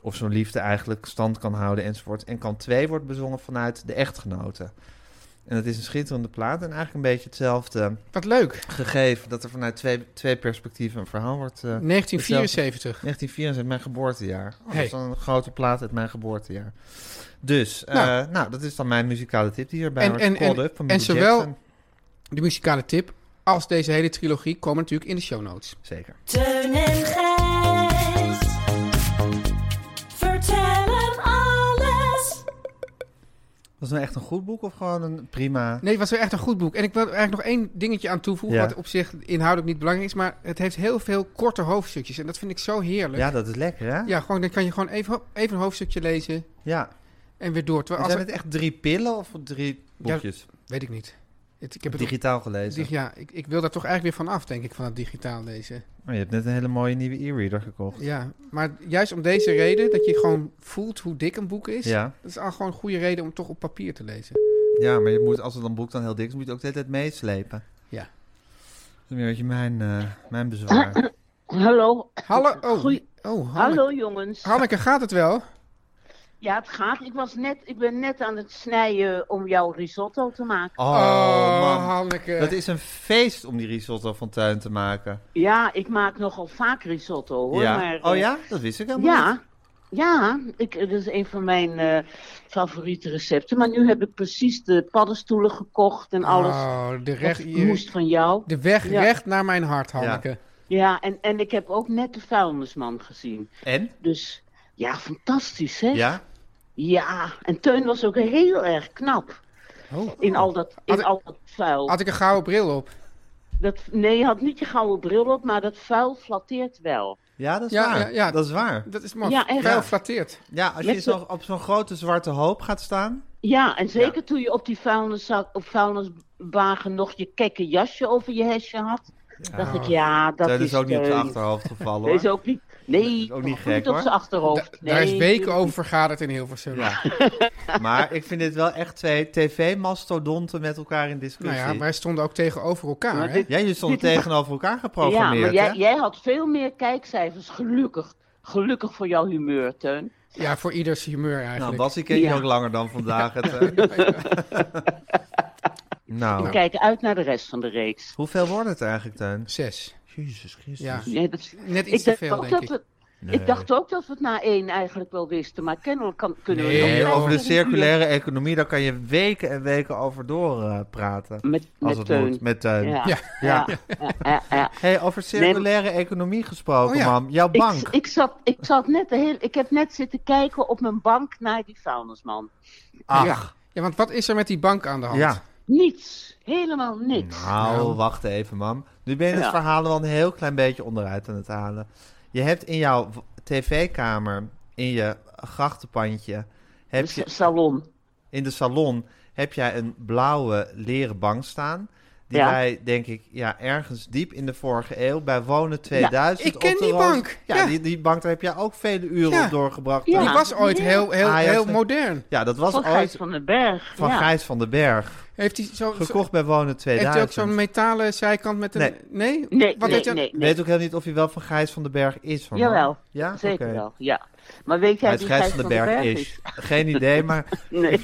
of zo'n liefde eigenlijk stand kan houden enzovoort. En kant 2 wordt bezongen vanuit de echtgenote. En dat is een schitterende plaat. En eigenlijk een beetje hetzelfde Wat leuk. gegeven. Dat er vanuit twee, twee perspectieven een verhaal wordt... eh, 1974. 1974, mijn geboortejaar. Oh, Hey. Dat is dan een grote plaat uit mijn geboortejaar. Dus, eh, Nou. nou, dat is dan mijn muzikale tip die hierbij En- wordt. en- Called en- Up van en Mick zowel- Jackson. De muzikale tip als deze hele trilogie komen natuurlijk in de show notes. Zeker. Teun en Gijs. Vertel hem alles. Was het nou echt een goed boek of gewoon een prima... Nee, het was wel echt een goed boek. En ik wil er eigenlijk nog één dingetje aan toevoegen, Ja. wat op zich inhoudelijk niet belangrijk is, maar het heeft heel veel korte hoofdstukjes. En dat vind ik zo heerlijk. Ja, dat is lekker, hè? Ja. Ja, gewoon, dan kan je gewoon even, hop, even een hoofdstukje lezen en weer door. En Terwijl als Zijn het echt drie pillen of drie boekjes? Weet ik niet. Het, ik heb het Digitaal gelezen. dig- ja, ik, ik wil daar toch eigenlijk weer van af, denk ik, van het digitaal lezen. Oh, je hebt net een hele mooie nieuwe e-reader gekocht. Ja, maar juist om deze reden, dat je gewoon voelt hoe dik een boek is, Ja. dat is al gewoon een goede reden om toch op papier te lezen. ja, maar je moet, als het dan boek dan heel dik is, moet je het ook de hele tijd meeslepen. Ja. Dat is een beetje mijn, eh, mijn bezwaar. Hallo. Hallo, oh, Goeie- oh Hanneke, Hallo jongens. Hanneke, gaat het Oh, wel? Ja, het gaat. Ik, was net, ik ben net aan het snijden om jouw risotto te maken. Oh, man. Hanneke. Dat is een feest om die risotto van tuin te maken. Ja, ik maak nogal vaak risotto hoor. ja. Maar, oh eh, ja, dat wist ik helemaal niet. Ja, ja ik, dat is een van mijn eh, favoriete recepten. Maar nu heb ik precies de paddenstoelen gekocht en alles. Oh, de, Wat recht, ik moest van jou. de weg Ja. recht naar mijn hart, Hanneke. Ja, en, en ik heb ook net de vuilnisman gezien. En? Dus ja, fantastisch hè? Ja? Ja, en Teun was ook heel erg knap Oh. in al dat, Had in ik- al dat vuil. Had ik een gouden bril op. Dat, nee, je had niet je gouden bril op, maar dat vuil flatteert wel. Ja, dat is Ja, waar. ja, ja. Dat is waar. Dat is mooi. Ja, echt. Vuil Ja. flatteert. Ja, als je Met de- zo, op zo'n grote zwarte hoop gaat staan. Ja, en zeker toen je op die vuilniszak, op vuilniswagen nog je kekke jasje over je hesje had. Dacht ik, ja, dat Dat is, is ook niet op eh, zijn achterhoofd gevallen Dat is hoor. ook niet, nee, is ook niet toch gek, op hoor. zijn achterhoofd. Da- daar is Nee, weken over vergaderd in Hilversum. Ja. maar ik vind dit wel echt twee tv-mastodonten met elkaar in Nou discussie. ja, wij stonden ook tegenover elkaar. Maar Hè? dit- Ja, jullie stonden tegenover elkaar Ja, geprogrammeerd. maar hè? jij, jij had veel meer kijkcijfers, gelukkig. Gelukkig voor jouw humeur, Teun. Ja, voor ieders humeur Nou, eigenlijk. Bas, ik ken je Ja. ook langer dan vandaag. Het, eh. Ik nou, kijk uit naar de rest van de reeks. hoeveel wordt het eigenlijk, Tuin? Zes. Jezus Christus. Ja. Nee, dat, Net iets ik, te dacht veel, ook denk dat ik. we, ik dacht ook dat we het na één eigenlijk wel wisten, maar kennelijk kan, kunnen we Nee, nog Nee, vijf over de tot een uur circulaire economie, daar kan je weken en weken over doorpraten. Met, als met het Teun. moet, met Teun. Ja. Ja. Ja. ja. ja, ja. Hey, over circulaire economie gesproken, Oh ja. mam. Jouw Ik, bank. ik, zat, ik, zat net de heel, ik heb net zitten kijken op mijn bank naar die vuilnisman. Ach, Ja, want wat is er met die bank aan de hand? ja. Niets. Helemaal niks. Nou, wacht even, mam. Nu ben je het Ja. verhaal wel een heel klein beetje onderuit aan het halen. Je hebt in jouw w- tv-kamer, in je grachtenpandje, heb Dus je, salon. in de salon, heb jij een blauwe leren bank staan. die Ja. wij, denk ik, ja, ergens diep in de vorige eeuw bij Wonen 2000... ik ken op de die Roos- bank, Ja, ja. Die, die bank, daar heb jij ook vele uren Ja. op doorgebracht. Ja. Die was ooit heel, heel, Ajax- heel modern. Ja, dat was Van ooit Gijs van den Berg. van ja. Gijs van den Berg. Heeft hij zo, zo- Gekocht bij Wonen heeft 2000. hij ook zo'n metalen zijkant met een... Nee. Nee? Nee, Wat nee, heeft hij- nee, Ik nee. weet ook helemaal niet of hij wel van Gijs van den Berg is. Van Jawel, Ja? zeker Oké. wel. Ja. Maar weet jij Hij is wie Gijs van den Berg, is. Geen idee, maar Nee,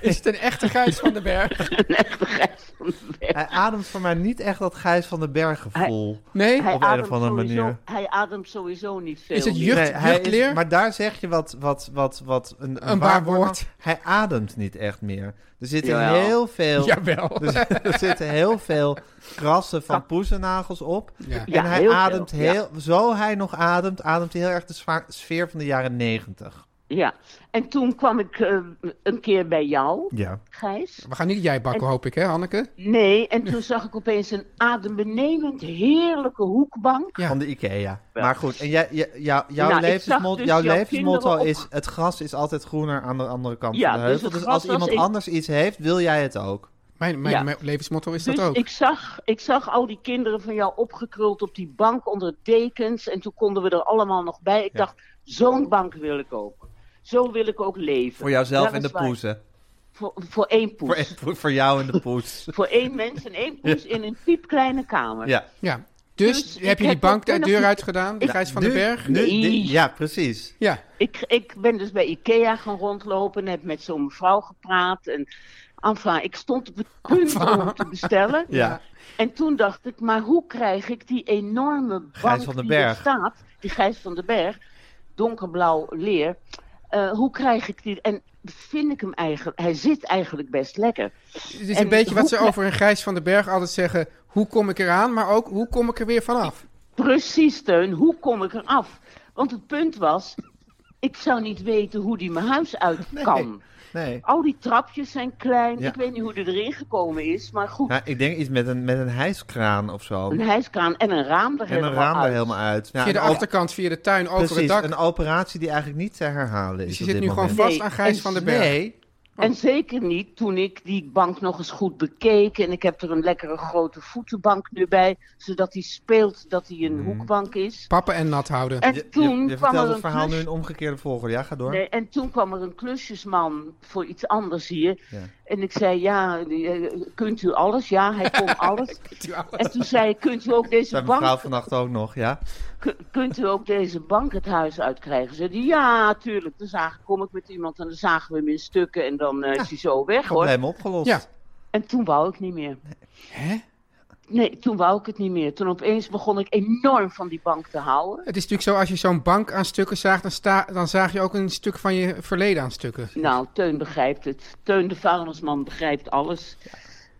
Is het een echte Gijs van den Berg? een echte Gijs van den Berg. hij ademt voor mij niet echt dat Gijs van den Berg gevoel. Nee? Hij Op een of ademt andere sowieso- manier. Hij ademt sowieso niet veel. Is het meer. jucht- hij juchtleer? maar daar zeg je wat, wat, wat, wat een, een, Een waar waarborg- woord. Hij ademt niet echt meer. Er zitten Jawel. heel veel... Jawel. Er, er zitten heel veel krassen van poezenagels op. Ja. Ja, en hij heel ademt veel, ja. heel... Zo hij nog ademt, ademt hij heel erg de zwa- sfeer van de jaren negentig. Ja. En toen kwam ik eh, een keer bij jou, Ja. Gijs. We gaan niet jij bakken, hoop ik, hè, Hanneke? Nee, en toen zag ik opeens een adembenemend heerlijke hoekbank. Ja. Van de Ikea. Wel. Maar goed, en jij, jij- jou- jouw Nou, ik zag levensmotto, dus jouw jouw levensmotto kinderen op- is... het gras is altijd groener aan de andere kant Ja, van de dus heuvel. het Dus, gras als was iemand in- anders iets heeft, wil jij het ook. Mijn, mijn, Ja. mijn levensmotto is Dus dat ook. ik zag, ik zag al die kinderen van jou opgekruld op die bank onder dekens. En toen konden we er allemaal nog bij. Ik Ja. dacht, zo'n bank wil ik ook. Zo wil ik ook leven. Voor jouzelf en de Weliswaar poes, hè? Voor, voor één poes. Voor, voor- voor jou en de poes. Voor één mens en één poes in een piepkleine kamer. Ja. Ja. Dus, Dus ik heb je die heb bank nog- de deur nog- uitgedaan, de Gijs van Nu- den Berg? nu- Nee. di- ja, precies. Ja. Ik, ik ben dus bij Ikea gaan rondlopen en heb met zo'n mevrouw gepraat. En enfin, ik stond op het punt om te bestellen. Ja. En toen dacht ik, maar hoe krijg ik die enorme bank Gijs van den die er Berg. staat, die Gijs van den Berg, donkerblauw leer, eh, hoe krijg ik die? En vind ik hem eigenlijk, hij zit eigenlijk best lekker. Het is En een beetje wat hoe ze kle- over een Gijs van den Berg altijd zeggen. Hoe kom ik eraan, maar ook hoe kom ik er weer vanaf? Precies, Steun, hoe kom ik eraf? Want het punt was, ik zou niet weten hoe die mijn huis uit kan. Nee. Al die trapjes zijn klein. Ja. Ik weet niet hoe die erin gekomen is, maar goed. Nou, ik denk iets met een, met een hijskraan of zo. Een hijskraan en een raam er En helemaal een raam er uit. helemaal uit. Ja, Via de een op- achterkant, via de tuin, over het precies, dak. een operatie die eigenlijk niet te herhalen is. Dus je op zit dit nu gewoon moment. vast Nee, aan Gijs en van den Berg. Nee. En zeker niet toen ik die bank nog eens goed bekeek. En ik heb er een lekkere grote voetenbank nu bij. Zodat die speelt dat hij een hoekbank is. Pappen en nat houden. En Hmm. Je, je, toen je kwam vertelt er het een verhaal nu klus... in omgekeerde volgorde. Ja, ga door. Nee, en toen kwam er een klusjesman voor iets anders hier. Ja. En ik zei, ja, eh, kunt u alles? Ja, hij kon alles. En toen zei ik, kunt u ook deze Zijn mevrouw bank vannacht ook nog, ja? K- kunt u ook deze bank het huis uitkrijgen? Ze die ja, tuurlijk. Dan zagen, kom ik met iemand en dan zagen we hem in stukken en dan eh, is hij zo weg hoor. Probleem opgelost. Ja. En toen wou ik niet meer. Hè? Nee, toen wou ik het niet meer. Toen opeens begon ik enorm van die bank te houden. Het is natuurlijk zo, als je zo'n bank aan stukken zaagt, dan, sta, dan zaag je ook een stuk van je verleden aan stukken. Nou, Teun begrijpt het. Teun de vuilnisman begrijpt alles.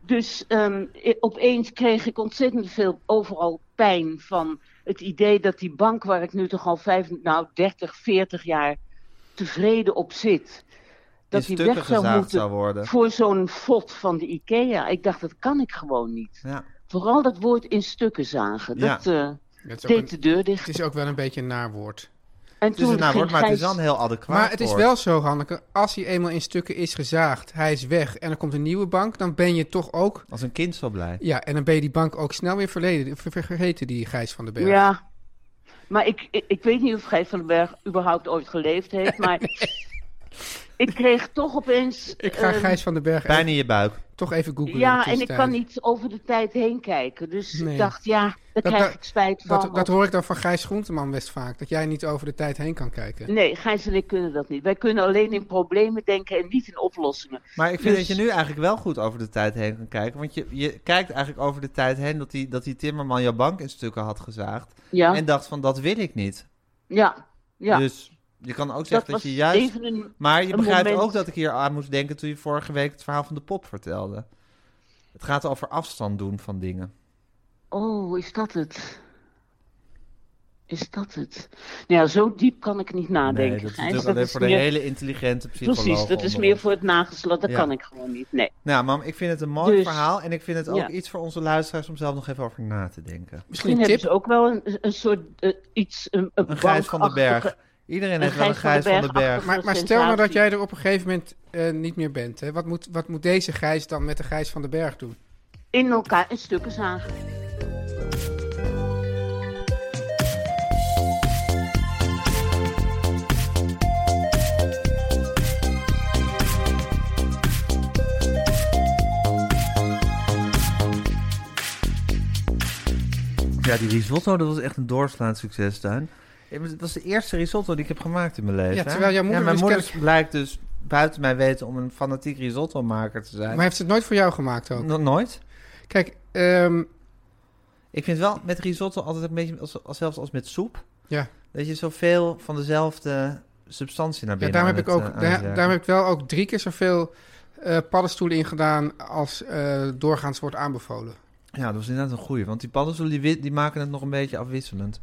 Dus ehm, i- opeens kreeg ik ontzettend veel overal pijn van het idee dat die bank waar ik nu toch al vijf, nou 30, 40 jaar tevreden op zit, dat in die stukken weg zou gezaagd moeten zou worden. voor zo'n fot van de IKEA. Ik dacht, dat kan ik gewoon niet. Ja. Vooral dat woord in stukken zagen. Ja. Dat eh, Dat is ook deed een- de deur het dicht. is ook wel een beetje een naar woord. En Het is toen een nawoord, ging maar het is Gijs- dan heel adequaat Maar het is woord. wel zo, Hanneke, als hij eenmaal in stukken is gezaagd, hij is weg en er komt een nieuwe bank, dan ben je toch ook... Als een kind zo blij. Ja, en dan ben je die bank ook snel weer verleden, ver- vergeten, die Gijs van den Berg. Ja, maar ik, ik, ik weet niet of Gijs van den Berg überhaupt ooit geleefd heeft, maar ik kreeg toch opeens... Ik ga ehm, Gijs van den Berg Pijn in je buik. toch even googlen. in de Ja, en ik tussentijd. kan niet over de tijd heen kijken. Dus Nee. ik dacht, ja, daar krijg dat- ik spijt van. Dat, dat hoor ik dan van Gijs Groenteman best vaak. Dat jij niet over de tijd heen kan kijken. Nee, Gijs en ik kunnen dat niet. Wij kunnen alleen in problemen denken en niet in oplossingen. Maar ik vind Dus- dat je nu eigenlijk wel goed over de tijd heen kan kijken. Want je, je kijkt eigenlijk over de tijd heen dat die, dat die timmerman jouw bank in stukken had gezaagd. Ja, En dacht van, dat wil ik niet. ja, ja. Dus je kan ook dat zeggen dat, was je juist... even een... Maar je een begrijpt moment. ook dat ik hier aan moest denken toen je vorige week het verhaal van de pop vertelde. Het gaat over afstand doen van dingen. Oh, is dat het? Is dat het? Nou ja, zo diep kan ik niet nadenken. nee, dat is Gijs. natuurlijk Dat alleen is voor de meer- hele intelligente psycholoog. Precies, dat is meer voor het nageslacht. Dat Ja. kan ik gewoon niet. Nee. Nou, mam, ik vind het een mooi Dus- verhaal. En ik vind het ook Ja. iets voor onze luisteraars om zelf nog even over na te denken. Misschien Misschien een hebben tip. ze ook wel een, een soort eh, iets. Een, een Een Gijs van den bankachtige- Berg. Iedereen En heeft wel een Gijs van den Berg. Maar, maar stel nou dat jij er op een gegeven moment eh, niet meer bent. Hè? Wat, moet, wat moet deze Gijs dan met de Gijs van den Berg doen? In elkaar in stukken zagen. Ja, die risotto, dat was echt een doorslaand succes, Tuin. Het was de eerste risotto die ik heb gemaakt in mijn leven. Ja, hè? terwijl jouw moeder mijn dus moeder blijkt dus buiten mijn weten om een fanatiek risotto-maker te zijn. Maar heeft ze het nooit voor jou gemaakt ook? Nog nooit. Kijk, ehm, Ik vind wel met risotto altijd een beetje, als, als- zelfs als met soep, Ja. dat je zoveel van dezelfde substantie naar ja, binnen daarom, heb ik aan ook, het, eh, aan daar, het werken. daarom heb ik wel ook drie keer zoveel eh, paddenstoelen in gedaan als eh, doorgaans wordt aanbevolen. Ja, dat was inderdaad een goeie, want die paddenstoelen die, wit- die maken het nog een beetje afwisselend.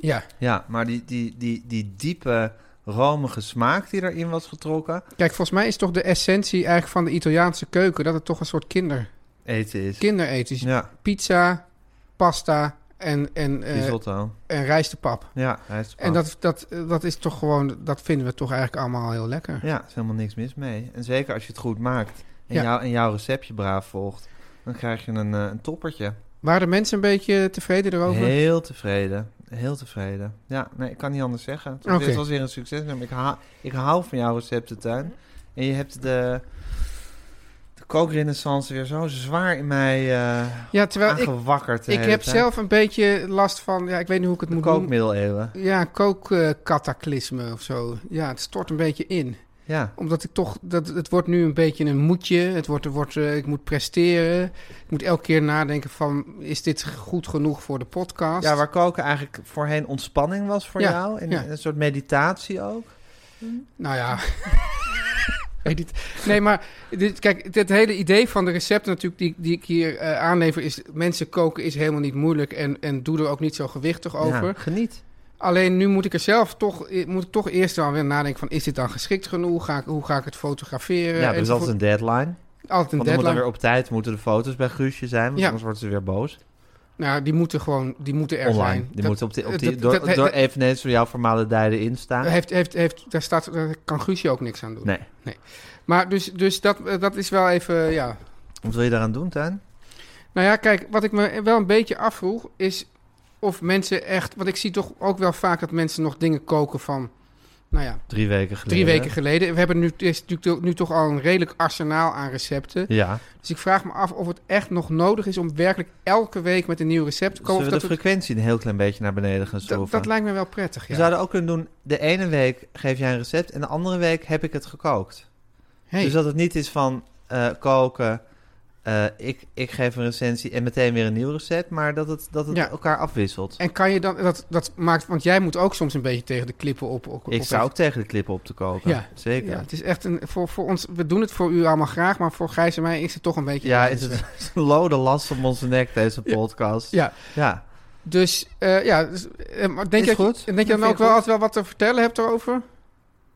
Ja, Ja, maar die, die, die, die diepe, romige smaak die erin was getrokken, kijk, volgens mij is toch de essentie eigenlijk van de Italiaanse keuken dat het toch een soort kinder, eten is. kindereten is. Ja, Pizza, pasta en, en, eh, risotto. en rijstepap. Ja, hij is En dat, dat, eh, dat is toch gewoon, dat vinden we toch eigenlijk allemaal heel lekker. Ja, er is helemaal niks mis mee. En zeker als je het goed maakt en, Ja. jou, en jouw receptje braaf volgt, dan krijg je een, eh, een toppertje. Waren de mensen een beetje tevreden erover? Heel tevreden. Heel tevreden. Ja, nee, ik kan niet anders zeggen. Het was- Oké. Dit was weer een succes. Ik, hou- ik hou van jouw receptentuin. En je hebt de, de kookrenaissance weer zo zwaar in mij eh ja, terwijl ik, aangewakkerd. de ik hele heb tijd. zelf een beetje last van, ja, ik weet niet hoe ik het de moet noemen. kookmiddeleeuwen. Ja, kookkataclysme of zo. Ja, het stort een beetje in. Ja. Omdat ik toch, dat, het wordt nu een beetje een moetje. Het wordt, er wordt, eh, ik moet presteren. Ik moet elke keer nadenken van, is dit goed genoeg voor de podcast? ja, waar koken eigenlijk voorheen ontspanning was voor Ja, jou. En ja. een soort meditatie ook. Nou ja. Weet niet. Nee, maar dit, kijk, het hele idee van de recepten natuurlijk die, die ik hier eh, aanlever is... mensen koken is helemaal niet moeilijk en, en doe er ook niet zo gewichtig over. Ja, geniet. Alleen nu moet ik er zelf toch, eh, moet ik toch eerst wel weer nadenken van... is dit dan geschikt genoeg? Hoe ga ik, hoe ga ik het Ja, fotograferen? dus dat is Enzovoort. een deadline. altijd Eh, een Want dan moeten deadline. weer op tijd moeten de foto's bij Guusje zijn, want Ja. anders wordt ze weer boos. Nou, die moeten gewoon, die moeten er Online. zijn. Die Dat- moeten op die, op dat- die, dat- door, dat- door dat- eveneens voor jouw formaliteiten instaan. Heeft, heeft, heeft, daar, staat, daar kan Guusje ook niks aan doen. Nee. Maar dus, dus dat, eh, dat is wel even, ja, Wat wil je daaraan doen, Tuin? Nou ja, kijk, wat ik me wel een beetje afvroeg is of mensen echt... Want ik zie toch ook wel vaak dat mensen nog dingen koken van... Nou ja, Drie weken geleden. drie weken geleden. We hebben nu, het is natuurlijk to- nu toch al een redelijk arsenaal aan recepten. Ja. Dus ik vraag me af of het echt nog nodig is om werkelijk elke week met een nieuw recept te komen. Zullen we Of de dat, we- frequentie een heel klein beetje naar beneden gaan dat, schroeven? dat lijkt me wel prettig, We ja. zouden ook kunnen doen, de ene week geef jij een recept en de andere week heb ik het gekookt. Hey, Dus dat het niet is van eh, koken, eh, ik, ik geef een recensie en meteen weer een nieuw recept, maar dat het, dat het Ja. elkaar afwisselt. En kan je dan... Dat, dat maakt, want jij moet ook soms een beetje tegen de klippen op. op Ik op- sta ook tegen de klippen op te koken. Ja. Zeker. Ja, het is echt een... Voor, voor ons, we doen het voor u allemaal graag, maar voor Gijs en mij is het toch een beetje... Ja, is het is een lode last om onze nek, deze podcast. Ja. Ja. Dus eh, ja, dus, eh, maar denk, Is je, goed. denk je Vind dan ook ik wel goed. altijd wel wat te vertellen hebt erover?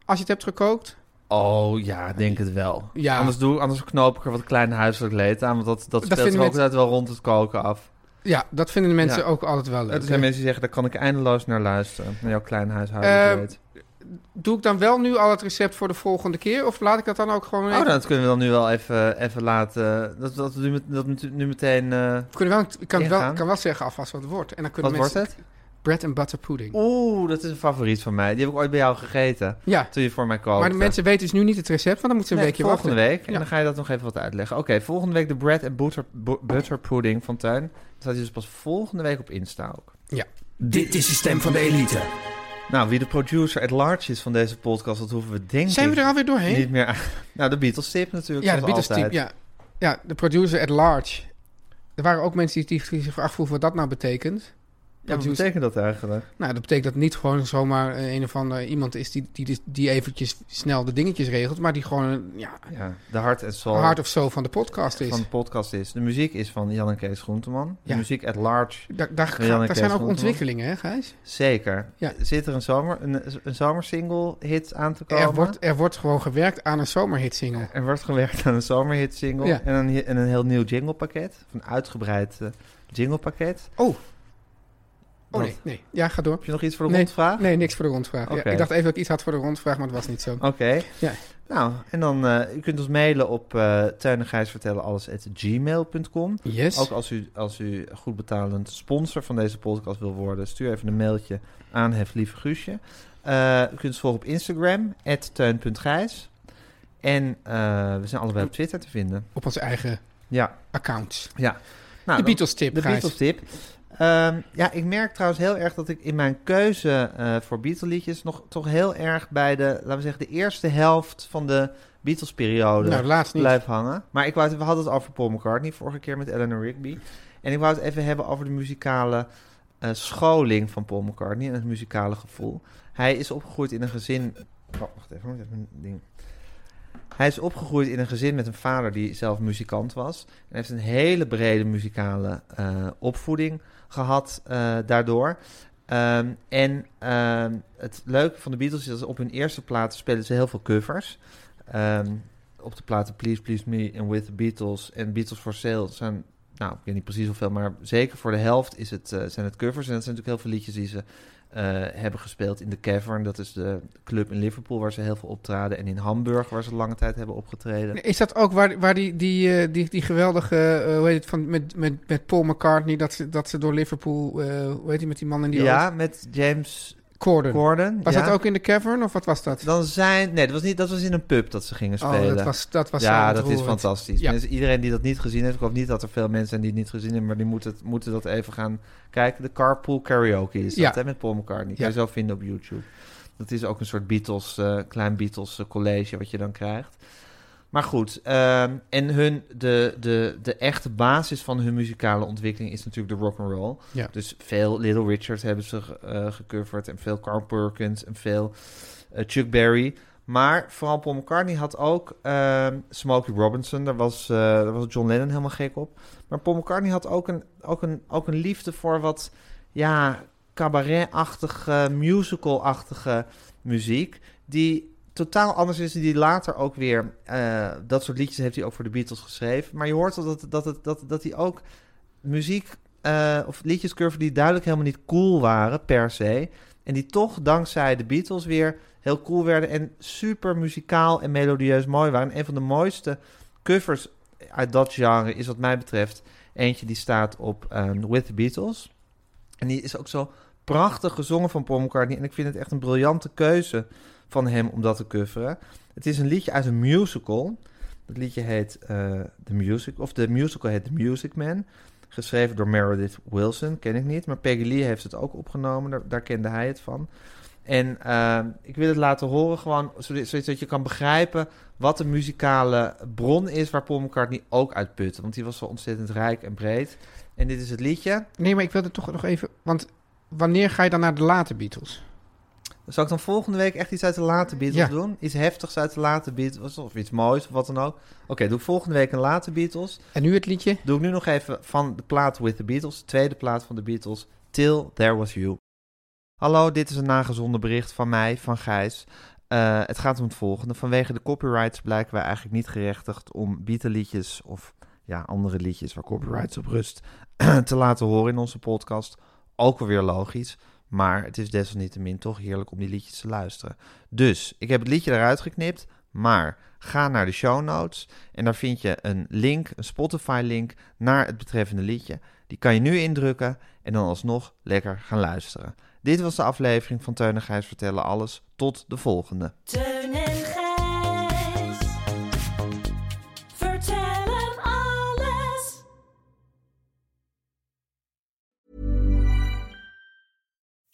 Als je het hebt gekookt? Oh ja, ik denk het wel. Ja. Anders, doe, anders knoop ik er wat klein huiselijk leed aan, want dat, dat, speelt vinden zich ook mensen- altijd wel rond het koken af. Ja, dat vinden de mensen Ja. ook altijd wel Er leuk. zijn hè? mensen die zeggen, daar kan ik eindeloos naar luisteren, naar jouw klein huishoudelijk Ehm, leed. Doe ik dan wel nu al het recept voor de volgende keer? Of laat ik dat dan ook gewoon... Oh, even- nou, dat kunnen we dan nu wel even, even laten. Dat, dat, we nu met- dat we nu meteen. eh, We kunnen wel, ik kan, het wel, ingaan. ik kan wel zeggen alvast wat het wordt. En dan wat kunnen wordt mensen... het? Oh, Bread and butter pudding. Oeh, dat is een favoriet van mij. Die heb ik ooit bij jou gegeten. Ja, Toen je voor mij kookte. maar de mensen weten dus nu niet het recept, want dan moeten ze een oh, Nee, weekje volgende wachten. week. En Ja. dan ga je dat nog even wat uitleggen. Oké, volgende week de bread and butter, bu- butter pudding van Tuin. Dat staat hij dus pas volgende week op Insta ook. Dit is de stem van de elite. Nou, wie de producer at large is van deze podcast, dat hoeven we denk Zijn ik we er alweer doorheen? niet meer aan. Nou, de Beatles tip natuurlijk. ja, de zoals Beatles team. altijd. Ja. ja, de producer at large. Er waren ook mensen die, die zich afvroegen wat dat nou betekent. Ja, wat Producer- betekent dat eigenlijk? Nou, dat betekent dat niet gewoon zomaar eh, een of ander iemand is die, die, dus- die eventjes snel de dingetjes regelt, maar die gewoon eh, ja, Ja, de hart en soul hard of zo van de podcast is. van de podcast is. De muziek is van Jan en Kees Groenteman. De Ja. muziek at large, Da- daar ga- Jan en daar Kees zijn ook Groenteman. ontwikkelingen, hè, Gijs? zeker. Ja. Zit er een, zomer, een, een zomersingle hit aan te komen? Er wordt, er wordt gewoon gewerkt aan een zomerhitsingle. Er wordt gewerkt aan een zomerhit single Ja. en, een, en een heel nieuw jinglepakket. Een uitgebreid eh, jinglepakket. Oh. Oh nee, nee. Ja, ga door. Heb je nog iets voor de nee, rondvraag? Nee, niks voor de rondvraag. Ja, Oké. ik dacht even dat ik iets had voor de rondvraag, maar dat was niet zo. Oké. Ja. Nou, en dan, eh u kunt ons mailen op eh Teun en Gijs vertellen alles at gmail.com. Yes. Ook als u, als u goed betalend sponsor van deze podcast wil worden, stuur even een mailtje aan het lieve Guusje. Eh, u kunt ons volgen op Instagram, teun.gijs. En eh, we zijn allebei op Twitter te vinden. Op onze eigen Ja, accounts. ja. Nou, de dan- Beatles tip, de Gijs. Beatles tip. Ehm, ja, ik merk trouwens heel erg dat ik in mijn keuze eh, voor Beatles liedjes nog toch heel erg bij de, laten we zeggen, de eerste helft van de Beatles periode Nou, laatst niet. blijf hangen. Maar ik wou het, we hadden het over Paul McCartney vorige keer met Eleanor Rigby. En ik wou het even hebben over de muzikale eh, scholing van Paul McCartney en het muzikale gevoel. Hij is opgegroeid in een gezin. Oh, wacht even, ik moet even een ding. Hij is opgegroeid in een gezin met een vader die zelf muzikant was. En heeft een hele brede muzikale eh, opvoeding gehad eh, daardoor. Ehm, en ehm, het leuke van de Beatles is dat ze op hun eerste plaat spelen ze heel veel covers. Ehm, op de platen Please Please Me en With the Beatles en Beatles for Sale zijn, nou, ik weet niet precies hoeveel, maar zeker voor de helft is het, eh, zijn het covers. En dat zijn natuurlijk heel veel liedjes die ze eh, hebben gespeeld in The Cavern. Dat is de club in Liverpool waar ze heel veel optraden. En in Hamburg waar ze lange tijd hebben opgetreden. Is dat ook waar, waar die, die, eh, die, die geweldige, eh, hoe heet het, van, met, met, met Paul McCartney, dat ze, dat ze door Liverpool, eh, hoe heet die met die man in die ja, met James auto? Corden. Corden. Was ja. dat ook in de cavern of wat was dat? Dan zijn... Nee, dat was, niet, dat was in een pub dat ze gingen spelen. oh, dat was, dat was ja, zo dat is ontroerend. fantastisch. Ja. Mensen, iedereen die dat niet gezien heeft, ik hoop niet dat er veel mensen zijn die het niet gezien hebben, maar die moeten, het- moeten dat even gaan kijken. De Carpool Karaoke is dat, Ja. hè, met Paul McCartney. Die Kan Ja. je zo vinden op YouTube. Dat is ook een soort Beatles, eh, klein Beatles eh, college wat je dan krijgt. Maar goed, ehm, en hun, de, de, de echte basis van hun muzikale ontwikkeling is natuurlijk de rock and roll. Ja. Dus veel Little Richard hebben ze ge- eh gecoverd en veel Carl Perkins en veel eh, Chuck Berry. Maar vooral Paul McCartney had ook ehm Smokey Robinson. Daar was, eh, daar was John Lennon helemaal gek op. Maar Paul McCartney had ook een, ook een, ook een liefde voor wat ja, cabaret-achtige, musical-achtige muziek. Die totaal anders is. en Die later ook weer. eh, dat soort liedjes heeft hij ook voor de Beatles geschreven. Maar je hoort al dat, dat, het- dat, dat hij ook muziek. eh, of liedjes curven die duidelijk helemaal niet cool waren, per se. En die toch dankzij de Beatles weer heel cool werden. En super muzikaal en melodieus mooi waren. En een van de mooiste covers uit dat genre is, wat mij betreft, eentje die staat op ehm, With the Beatles. En die is ook zo prachtig gezongen van Paul McCartney. En ik vind het echt een briljante keuze van hem om dat te coveren. Het is een liedje uit een musical. Het liedje heet eh The Music, of de musical heet The Music Man. Geschreven door Meredith Wilson, ken ik niet. Maar Peggy Lee heeft het ook opgenomen, daar, daar kende hij het van. En eh, ik wil het laten horen, gewoon zodat, zodat je kan begrijpen wat de muzikale bron is waar Paul McCartney ook uit putte. Want die was zo ontzettend rijk en breed. En dit is het liedje. Nee, maar ik wilde toch nog even... Want wanneer ga je dan naar de late Beatles? Zal ik dan volgende week echt iets uit de late Beatles Ja. doen? Iets heftigs uit de late Beatles of iets moois of wat dan ook? Oké, doe ik volgende week een late Beatles. En nu het liedje? Doe ik nu nog even van de plaat With the Beatles, de tweede plaat van de Beatles, Till There Was You. Hallo, dit is een nagezonden bericht van mij, van Gijs. Eh, het gaat om het volgende. Vanwege de copyrights blijken wij eigenlijk niet gerechtigd om Beatle-liedjes of ja, andere liedjes waar copyrights op rust te laten horen in onze podcast. Ook alweer logisch, maar het is desalniettemin toch heerlijk om die liedjes te luisteren. Dus, ik heb het liedje eruit geknipt, maar ga naar de show notes en daar vind je een link, een Spotify-link naar het betreffende liedje. Die kan je nu indrukken en dan alsnog lekker gaan luisteren. Dit was de aflevering van Teun en Gijs Vertellen Alles. Tot de volgende. Teun en Gijs. Vertel hem alles.